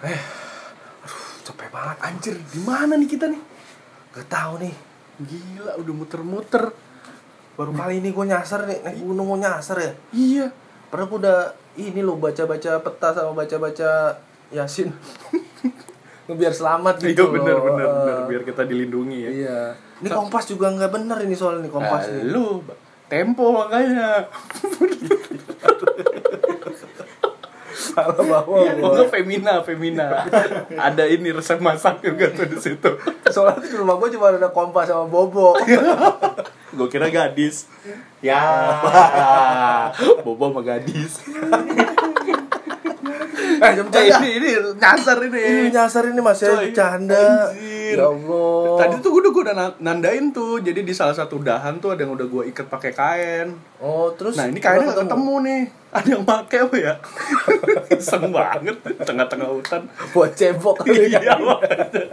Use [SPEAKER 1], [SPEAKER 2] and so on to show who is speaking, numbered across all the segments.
[SPEAKER 1] Eh. anjir di mana nih kita nih nggak tahu nih gila udah muter-muter baru kali ini gue nyasar nih naik gunung gue nyasar ya
[SPEAKER 2] Iya.
[SPEAKER 1] pernah gue udah ini lo baca-baca peta sama baca-baca yasin biar selamat
[SPEAKER 2] Iya
[SPEAKER 1] gitu
[SPEAKER 2] benar
[SPEAKER 1] loh.
[SPEAKER 2] benar benar
[SPEAKER 1] Eh,
[SPEAKER 2] biar kita dilindungi ya.
[SPEAKER 1] iya ini kompas juga nggak bener ini soal ini kompas gitu.
[SPEAKER 2] Ah,
[SPEAKER 1] nih.
[SPEAKER 2] lu Ba- tempo makanya.
[SPEAKER 1] salah bawa
[SPEAKER 2] Iya,
[SPEAKER 1] gua.
[SPEAKER 2] itu femina, femina. Ada ini resep masak juga tuh di situ.
[SPEAKER 1] soalnya di rumah gue cuma ada kompas sama bobo
[SPEAKER 2] Gue kira gadis. Ya. Bobo sama gadis.
[SPEAKER 1] eh jam
[SPEAKER 2] Eh, ini ini nyasar
[SPEAKER 1] ini
[SPEAKER 2] ini.
[SPEAKER 1] nyasar ini masih
[SPEAKER 2] Coy,
[SPEAKER 1] bercanda
[SPEAKER 2] anjir.
[SPEAKER 1] ya allah
[SPEAKER 2] Tadi tuh gue udah gue udah na- nandain tuh. Jadi di salah satu dahan tuh ada yang udah gue ikat pakai kain.
[SPEAKER 1] oh terus
[SPEAKER 2] Nah ini
[SPEAKER 1] kenapa
[SPEAKER 2] kayaknya gak ketemu nih Ada yang pake apa ya? Iseng banget Tengah-tengah hutan
[SPEAKER 1] buat cebok kali ya
[SPEAKER 2] Iya makanya.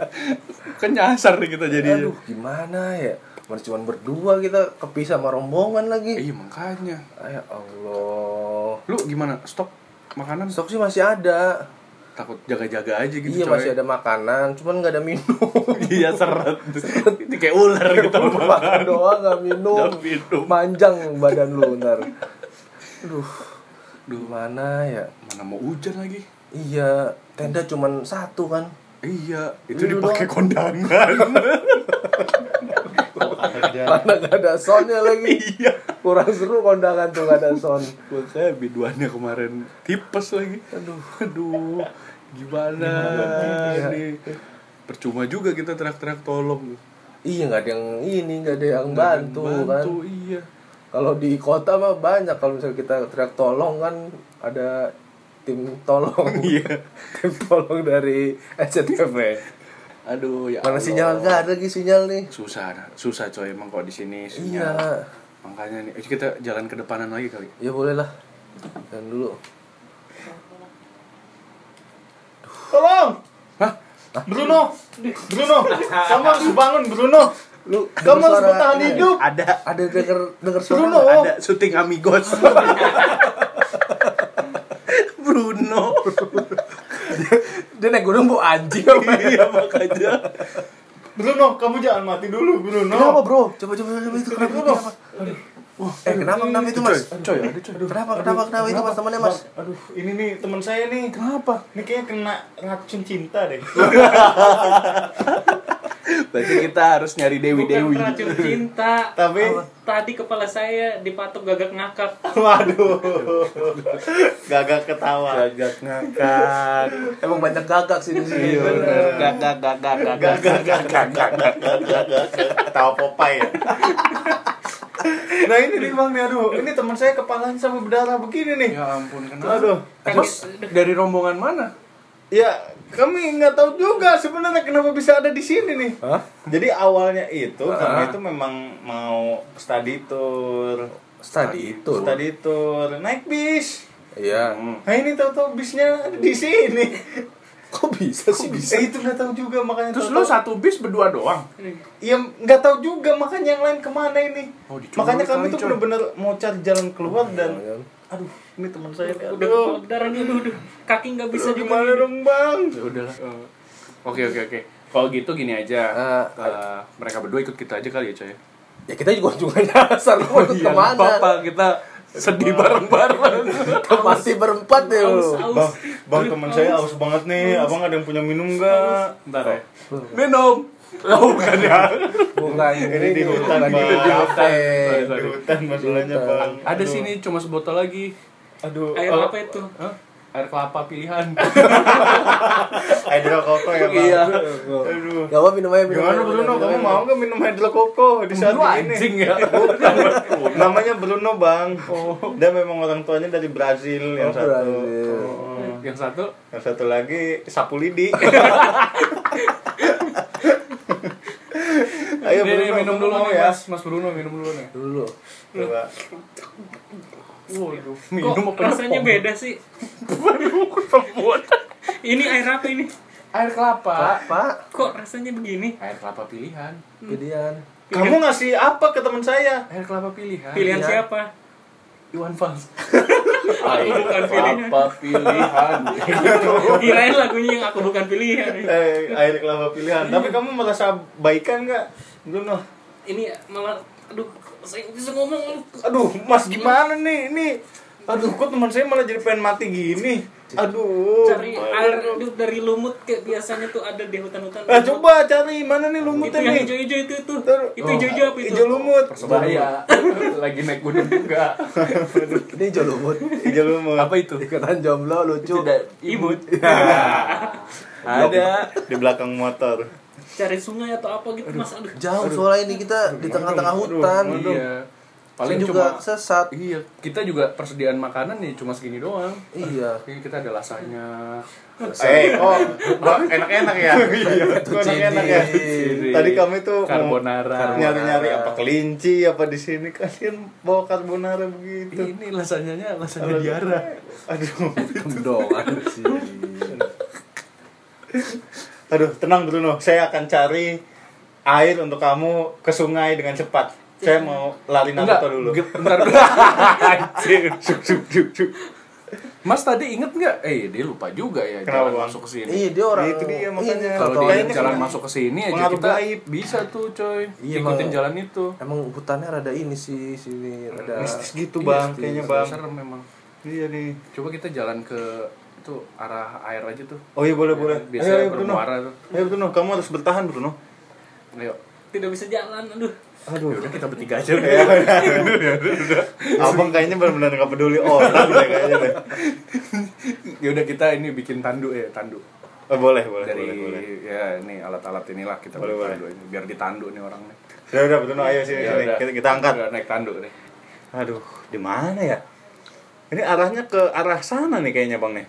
[SPEAKER 2] Kan nyasar nih kita jadi
[SPEAKER 1] aduh gimana ya Mana cuma berdua kita kepisah sama rombongan lagi
[SPEAKER 2] Iya makanya
[SPEAKER 1] ya allah
[SPEAKER 2] Lu gimana? Stok makanan
[SPEAKER 1] stok sih masih ada
[SPEAKER 2] Takut jaga-jaga aja gitu
[SPEAKER 1] iya
[SPEAKER 2] coy.
[SPEAKER 1] masih ada makanan cuman nggak ada minum
[SPEAKER 2] Iya seret Ini kayak ular gitu
[SPEAKER 1] makan doang nggak minum
[SPEAKER 2] Nggak minum.
[SPEAKER 1] manjang badan lu ntar aduh gimana ya
[SPEAKER 2] Mana mau hujan lagi
[SPEAKER 1] iya tenda cuman satu kan
[SPEAKER 2] Iya, itu
[SPEAKER 1] Lu
[SPEAKER 2] dipakai kondangan.
[SPEAKER 1] mana gak ada soundnya lagi
[SPEAKER 2] iya.
[SPEAKER 1] kurang seru kondangan tuh gak ada sound
[SPEAKER 2] Makanya biduannya kemarin tipes lagi.
[SPEAKER 1] aduh
[SPEAKER 2] Aduh, gimana
[SPEAKER 1] Gimana
[SPEAKER 2] nih? Percuma juga kita teriak-teriak tolong.
[SPEAKER 1] iya nggak ada yang ini nggak ada yang bantu,
[SPEAKER 2] Bantu,
[SPEAKER 1] kan
[SPEAKER 2] iya.
[SPEAKER 1] kalau di kota mah banyak kalau misalnya kita teriak tolong kan ada tim tolong
[SPEAKER 2] Iya.
[SPEAKER 1] tim tolong dari SCTV
[SPEAKER 2] Aduh, ya.
[SPEAKER 1] mana
[SPEAKER 2] Allah.
[SPEAKER 1] sinyal nggak ada lagi sinyal nih
[SPEAKER 2] Susah, nah. susah coy emang kok di sini
[SPEAKER 1] iya
[SPEAKER 2] sinyal. Makanya nih, eh, kita jalan ke depanan lagi kali.
[SPEAKER 1] ya boleh lah dan dulu
[SPEAKER 3] Tolong.
[SPEAKER 2] Hah?
[SPEAKER 3] Bruno, Di- Bruno, kamu harus bangun Bruno.
[SPEAKER 1] lu
[SPEAKER 3] Kamu
[SPEAKER 1] denger
[SPEAKER 3] harus
[SPEAKER 1] suara
[SPEAKER 3] bertahan
[SPEAKER 1] ini.
[SPEAKER 3] hidup.
[SPEAKER 2] Ada
[SPEAKER 1] ada denger denger suara
[SPEAKER 3] Bruno.
[SPEAKER 1] nggak?
[SPEAKER 2] ada syuting Amigos. Bruno.
[SPEAKER 1] dia naik gunung bu anjing apa ya?
[SPEAKER 2] iya makanya.
[SPEAKER 3] Bruno, kamu jangan mati dulu Bruno.
[SPEAKER 1] Kenapa bro? Coba coba coba itu kenapa?
[SPEAKER 3] Bruno.
[SPEAKER 1] kenapa? Eh kenapa kenapa itu mas?
[SPEAKER 2] Coy, ada coy.
[SPEAKER 1] Kenapa kenapa kenapa itu mas temannya mas?
[SPEAKER 3] Aduh, ini nih teman saya nih.
[SPEAKER 2] Kenapa?
[SPEAKER 3] Ini kayaknya kena racun cinta deh.
[SPEAKER 2] Berarti kita harus nyari
[SPEAKER 4] Bukan
[SPEAKER 2] Dewi-Dewi.
[SPEAKER 4] racun cinta.
[SPEAKER 3] Tapi
[SPEAKER 4] Tadi kepala saya dipatok gagak ngakak.
[SPEAKER 3] waduh. Gagak ketawa.
[SPEAKER 2] Gagak ngakak.
[SPEAKER 1] Emang banyak gagak sih di sini.
[SPEAKER 2] Iya bener. Gagak gagak gagak.
[SPEAKER 3] Gagak gagak gagak gagak. Ketawa Popeye ya. Nah ini nih Bang nih aduh, ini teman saya kepalanya sampai berdarah begini nih.
[SPEAKER 2] Ya ampun kenapa?
[SPEAKER 3] Aduh.
[SPEAKER 2] Mas dari rombongan mana?
[SPEAKER 3] Ya, kami nggak tahu juga sebenarnya kenapa bisa ada di sini nih.
[SPEAKER 1] Hah?
[SPEAKER 3] Jadi awalnya itu
[SPEAKER 1] Ah.
[SPEAKER 3] kami itu memang mau study tour,
[SPEAKER 1] Study itu.
[SPEAKER 3] study tour, naik bis.
[SPEAKER 1] Iya.
[SPEAKER 3] Nah ini tahu-tahu bisnya ada di sini.
[SPEAKER 1] Kok bisa sih
[SPEAKER 3] Eh, itu nggak tahu juga makanya.
[SPEAKER 2] Terus lu satu
[SPEAKER 3] tahu-tahu-
[SPEAKER 2] bis berdua doang.
[SPEAKER 3] Iya nggak tahu juga makanya yang lain kemana ini.
[SPEAKER 2] Oh, diculik
[SPEAKER 3] makanya kami
[SPEAKER 2] kali,
[SPEAKER 3] tuh
[SPEAKER 2] coy.
[SPEAKER 3] bener-bener mau cari jalan keluar dan
[SPEAKER 1] Jangan.
[SPEAKER 3] aduh ini teman saya nih,
[SPEAKER 4] Udah kepala
[SPEAKER 3] Oh, iya, aduh
[SPEAKER 4] berdarah nih, aduh, aduh. Kaki nggak bisa
[SPEAKER 3] gimana
[SPEAKER 4] dimainin.
[SPEAKER 3] dong bang?
[SPEAKER 2] Ya udahlah. Eh, Oke oke oke. Kalau gitu gini aja.
[SPEAKER 1] Eh,
[SPEAKER 2] Eh, mereka berdua ikut kita aja kali ya, coy.
[SPEAKER 1] Ya kita juga juga nyasar mau
[SPEAKER 2] Oh,
[SPEAKER 1] ikut kemana?
[SPEAKER 2] Papa kita sedih bareng-bareng.
[SPEAKER 1] Masih berempat ya. deh
[SPEAKER 4] Aus,
[SPEAKER 1] lu.
[SPEAKER 4] aus.
[SPEAKER 3] bang teman saya aus banget nih, abang ada yang punya minum nggak?
[SPEAKER 2] Bentar ya. Minum. Oh, bukan ya.
[SPEAKER 1] Bukan
[SPEAKER 3] Ini di hutan,
[SPEAKER 1] bukan di
[SPEAKER 3] Bang.
[SPEAKER 1] kafe.
[SPEAKER 2] Sorry,
[SPEAKER 3] di
[SPEAKER 2] sorry.
[SPEAKER 3] hutan
[SPEAKER 1] Di
[SPEAKER 3] masalahnya
[SPEAKER 1] hutan.
[SPEAKER 3] bang
[SPEAKER 2] Ada
[SPEAKER 3] Aduh.
[SPEAKER 2] sini cuma sebotol lagi.
[SPEAKER 3] aduh
[SPEAKER 4] Air
[SPEAKER 3] oh,
[SPEAKER 4] apa itu?
[SPEAKER 2] Hah? Air kelapa pilihan.
[SPEAKER 3] hydro coco ya bang
[SPEAKER 2] Iya.
[SPEAKER 3] aduh
[SPEAKER 1] Gak apa minum aja minum.
[SPEAKER 3] gimana
[SPEAKER 1] aja, minum
[SPEAKER 3] Bruno
[SPEAKER 1] aja,
[SPEAKER 3] kamu
[SPEAKER 1] minum
[SPEAKER 3] mau nggak minum hydro coco di saat
[SPEAKER 2] Lu
[SPEAKER 3] ini
[SPEAKER 2] anjing ya. Oh.
[SPEAKER 3] namanya Bruno bang dia memang orang tuanya dari Brazil
[SPEAKER 1] aja.
[SPEAKER 3] yang
[SPEAKER 1] Oh,
[SPEAKER 3] satu
[SPEAKER 1] berhasil.
[SPEAKER 2] Yang satu
[SPEAKER 3] yang satu lagi Sapulidi ayo
[SPEAKER 2] Nih, nih,
[SPEAKER 3] Bruno
[SPEAKER 2] minum dulu
[SPEAKER 3] mau
[SPEAKER 2] nih
[SPEAKER 3] ya
[SPEAKER 2] mas, mas Bruno minum dulu nih.
[SPEAKER 1] Dulu.
[SPEAKER 3] coba
[SPEAKER 2] Waduh,
[SPEAKER 4] Kok
[SPEAKER 2] minum apa
[SPEAKER 4] rasanya
[SPEAKER 2] nepong?
[SPEAKER 4] beda sih? Ini air apa ini?
[SPEAKER 2] Air kelapa.
[SPEAKER 1] Pak, Pak,
[SPEAKER 4] Kok rasanya begini?
[SPEAKER 2] Air kelapa pilihan.
[SPEAKER 3] Hmm.
[SPEAKER 1] gedean.
[SPEAKER 2] Iya.
[SPEAKER 3] kamu ngasih apa ke teman saya
[SPEAKER 2] Air kelapa pilihan.
[SPEAKER 4] Pilihan
[SPEAKER 1] Iya.
[SPEAKER 4] siapa?
[SPEAKER 2] Iwan Fals.
[SPEAKER 4] Aku bukan pilihan.
[SPEAKER 2] Apa pilihan?
[SPEAKER 4] Kirain lagunya yang aku bukan pilihan.
[SPEAKER 3] eh, air kelapa pilihan tapi
[SPEAKER 2] Iya.
[SPEAKER 3] kamu merasa baikan nggak belum lah
[SPEAKER 4] Ini malah aduh saya nggak bisa ngomong.
[SPEAKER 3] aduh mas gimana nih ini aduh kok teman saya malah jadi pengen mati gini aduh
[SPEAKER 4] Cari air aduh, dari lumut kayak biasanya tuh ada di hutan-hutan.
[SPEAKER 3] Ah, coba cari mana nih
[SPEAKER 4] itu
[SPEAKER 3] lumutnya
[SPEAKER 4] yang
[SPEAKER 3] nih
[SPEAKER 4] hijau-hijau itu tuh.
[SPEAKER 3] Ter-
[SPEAKER 4] Itu hijau-hijau apa itu?
[SPEAKER 3] hijau lumut
[SPEAKER 2] Bahaya. Lagi naik gunung juga.
[SPEAKER 1] Ini jolomut.
[SPEAKER 3] hijau lumut
[SPEAKER 2] Apa itu?
[SPEAKER 1] Ikutan jomblo lucu.
[SPEAKER 4] Iya,
[SPEAKER 2] imut.
[SPEAKER 3] ada di belakang motor
[SPEAKER 4] Cari sungai atau apa gitu Mas. Aduh.
[SPEAKER 1] Jauh soalnya ini kita di tengah-tengah hutan.
[SPEAKER 2] Iya. Paling
[SPEAKER 1] Paling juga
[SPEAKER 2] cuma
[SPEAKER 1] sesat.
[SPEAKER 2] Iya, kita juga persediaan makanan nih cuma segini doang.
[SPEAKER 1] Iya.
[SPEAKER 2] Ini kita ada lasanya.
[SPEAKER 3] eh oh gua enak-enak ya Gua enak-enak
[SPEAKER 2] Iya.
[SPEAKER 3] ya
[SPEAKER 1] Ciri.
[SPEAKER 3] tadi kami tuh mau
[SPEAKER 2] carbonara.
[SPEAKER 3] nyari-nyari apa kelinci apa di sini kalian bawa carbonara begitu
[SPEAKER 2] Ini lasanya
[SPEAKER 3] Iya,
[SPEAKER 2] lasanya diara.
[SPEAKER 3] aduh
[SPEAKER 1] Kendong anjing.
[SPEAKER 3] aduh tenang Bruno saya akan cari air untuk kamu ke sungai dengan cepat saya mau lari
[SPEAKER 2] Iya. Enggak,
[SPEAKER 3] Naruto dulu
[SPEAKER 2] ge- bentar dulu.
[SPEAKER 3] Cuk, cuk, cuk, cuk.
[SPEAKER 2] Mas tadi inget nggak? Eh, dia lupa juga ya jalan
[SPEAKER 3] Kenapa, Bang?
[SPEAKER 2] masuk ke sini.
[SPEAKER 1] Iya, dia orang.
[SPEAKER 3] Itu dia, makanya.
[SPEAKER 1] Iya,
[SPEAKER 2] Kalau
[SPEAKER 1] kalau
[SPEAKER 2] dia
[SPEAKER 3] Kayaknya
[SPEAKER 2] jalan
[SPEAKER 3] kena-
[SPEAKER 2] masuk ke sini aja
[SPEAKER 3] kan pengaruh
[SPEAKER 2] kita
[SPEAKER 3] gaib.
[SPEAKER 2] bisa tuh, coy.
[SPEAKER 1] Iya,
[SPEAKER 2] Ikutin
[SPEAKER 1] Bang.
[SPEAKER 2] jalan itu.
[SPEAKER 1] Emang hutannya rada ini sih sini rada
[SPEAKER 3] mistis gitu
[SPEAKER 2] Iya,
[SPEAKER 3] bang
[SPEAKER 2] sih,
[SPEAKER 3] kayaknya
[SPEAKER 2] serem-
[SPEAKER 3] bang
[SPEAKER 2] Serem memang.
[SPEAKER 3] iya nih
[SPEAKER 2] Coba kita jalan ke itu arah air aja tuh.
[SPEAKER 3] oh iya boleh boleh
[SPEAKER 2] Biasa ya,
[SPEAKER 3] ayo, ayo Bruno
[SPEAKER 2] bermuara tuh.
[SPEAKER 3] ayo Bruno kamu harus bertahan Bruno
[SPEAKER 2] Ayo.
[SPEAKER 4] Tidak bisa jalan. Aduh.
[SPEAKER 3] aduh
[SPEAKER 2] Udah kita bertiga aja
[SPEAKER 1] Iya,
[SPEAKER 2] udah. Iya,
[SPEAKER 3] abang kayaknya benar-benar nggak peduli orang deh kayaknya deh
[SPEAKER 2] ya udah kita ini bikin tandu ya, tandu.
[SPEAKER 3] oh, boleh boleh
[SPEAKER 2] Dari
[SPEAKER 3] boleh boleh
[SPEAKER 2] ya ini alat-alat inilah kita bikin
[SPEAKER 3] Boleh, boleh.
[SPEAKER 2] tandu ini biar ditandu nih orangnya.
[SPEAKER 3] udah udah Bruno ayo sini
[SPEAKER 2] Ya
[SPEAKER 3] sini
[SPEAKER 2] udah.
[SPEAKER 3] kita, kita angkat
[SPEAKER 2] Udah naik tanduk nih.
[SPEAKER 3] aduh di mana ya ini arahnya ke arah sana nih kayaknya bang nih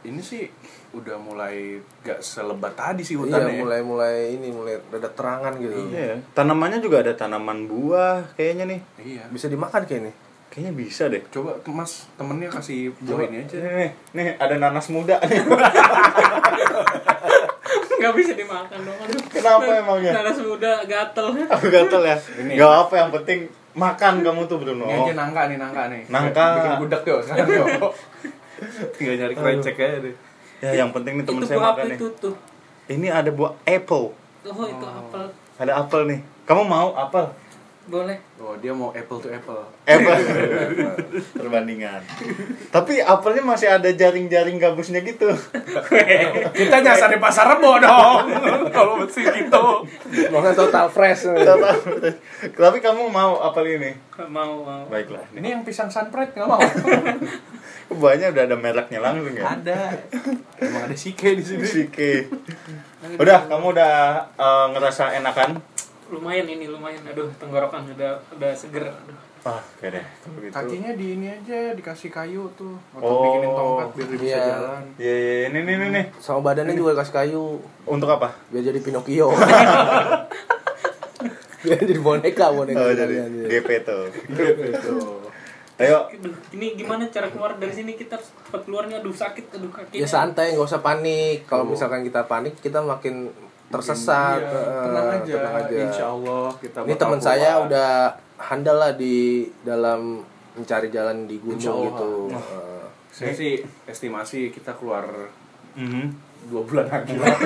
[SPEAKER 2] Ini sih udah mulai gak selebat tadi sih
[SPEAKER 1] Iya,
[SPEAKER 2] hutannya. ya.
[SPEAKER 1] mulai-mulai ini mulai rada terangan
[SPEAKER 2] Hmm.
[SPEAKER 1] gitu.
[SPEAKER 3] Iya, tanamannya juga ada tanaman buah kayaknya nih.
[SPEAKER 2] Iya.
[SPEAKER 1] Bisa dimakan kayak ini.
[SPEAKER 3] Kayaknya bisa deh.
[SPEAKER 2] Coba tuh, Mas, temennya kasih buah ini aja.
[SPEAKER 3] Nih, nih, nih ada nanas muda nih.
[SPEAKER 4] Nggak bisa dimakan dong. Aduh.
[SPEAKER 3] Kenapa emangnya?
[SPEAKER 4] Nanas muda gatel.
[SPEAKER 3] Aku gatel ya.
[SPEAKER 2] Ini.
[SPEAKER 3] Gak apa yang penting makan kamu tuh Bruno.
[SPEAKER 2] Ini aja nangka nih, nangka nih.
[SPEAKER 3] Nangka.
[SPEAKER 2] Bikin gudeg yuk sekarang yuk. Tinggal nyari krecek aja deh.
[SPEAKER 3] Ya yang penting nih teman
[SPEAKER 4] Itu
[SPEAKER 3] saya
[SPEAKER 4] buah
[SPEAKER 3] makan
[SPEAKER 4] apa
[SPEAKER 3] nih.
[SPEAKER 4] itu tuh?
[SPEAKER 3] Ini ada buah apple.
[SPEAKER 4] Oh, itu apel.
[SPEAKER 3] Ada apel nih. Kamu mau apel?
[SPEAKER 4] Boleh.
[SPEAKER 2] Oh, dia mau apple to apple.
[SPEAKER 3] Apple. Perbandingan. Tapi apelnya masih ada jaring-jaring gabusnya gitu.
[SPEAKER 2] Kita nyasar di pasar rebo dong. Kalau mesti gitu.
[SPEAKER 1] Makanya total fresh.
[SPEAKER 3] Tapi kamu mau apel ini?
[SPEAKER 4] Mau mau.
[SPEAKER 3] Baiklah.
[SPEAKER 2] Ini yang pisang sunbread nggak mau?
[SPEAKER 3] Buahnya udah ada mereknya langsung ya.
[SPEAKER 2] ada. Emang ada sike di sini.
[SPEAKER 3] Sike. Udah, kamu udah eh, ngerasa enakan?
[SPEAKER 4] Lumayan ini lumayan. Aduh, tenggorokan udah udah seger. Aduh.
[SPEAKER 3] Ah, oke deh. Kalau gitu.
[SPEAKER 2] Kakinya di ini aja dikasih kayu tuh atau
[SPEAKER 3] Oh.
[SPEAKER 2] bikinin tongkat biar dia bisa
[SPEAKER 1] Iya.
[SPEAKER 2] jalan.
[SPEAKER 3] Iya, iya, ini ini ini, nih.
[SPEAKER 1] Sama badannya juga kasih kayu
[SPEAKER 3] Untuk apa?
[SPEAKER 1] biar jadi Pinocchio. biar jadi boneka boneka.
[SPEAKER 3] Oh,
[SPEAKER 1] Iya,
[SPEAKER 3] jadi
[SPEAKER 1] iya.
[SPEAKER 3] DP tuh. Ayo,
[SPEAKER 4] Aduh, ini gimana cara keluar dari sini kita harus cepat keluarnya aduh sakit aduh kaki
[SPEAKER 1] Ya santai, nggak usah panik. Kalau misalkan kita panik, kita makin tersesat.
[SPEAKER 2] Iya,
[SPEAKER 1] Eh,
[SPEAKER 2] tenang aja.
[SPEAKER 1] tenang aja.
[SPEAKER 2] Insya Allah kita
[SPEAKER 1] Ini
[SPEAKER 2] bakal
[SPEAKER 1] teman saya
[SPEAKER 2] keluar.
[SPEAKER 1] udah handal lah di dalam mencari jalan di gunung
[SPEAKER 2] Insya Allah.
[SPEAKER 1] gitu.
[SPEAKER 2] Saya sih estimasi kita keluar
[SPEAKER 3] Mhm.
[SPEAKER 2] dua bulan lagi lah.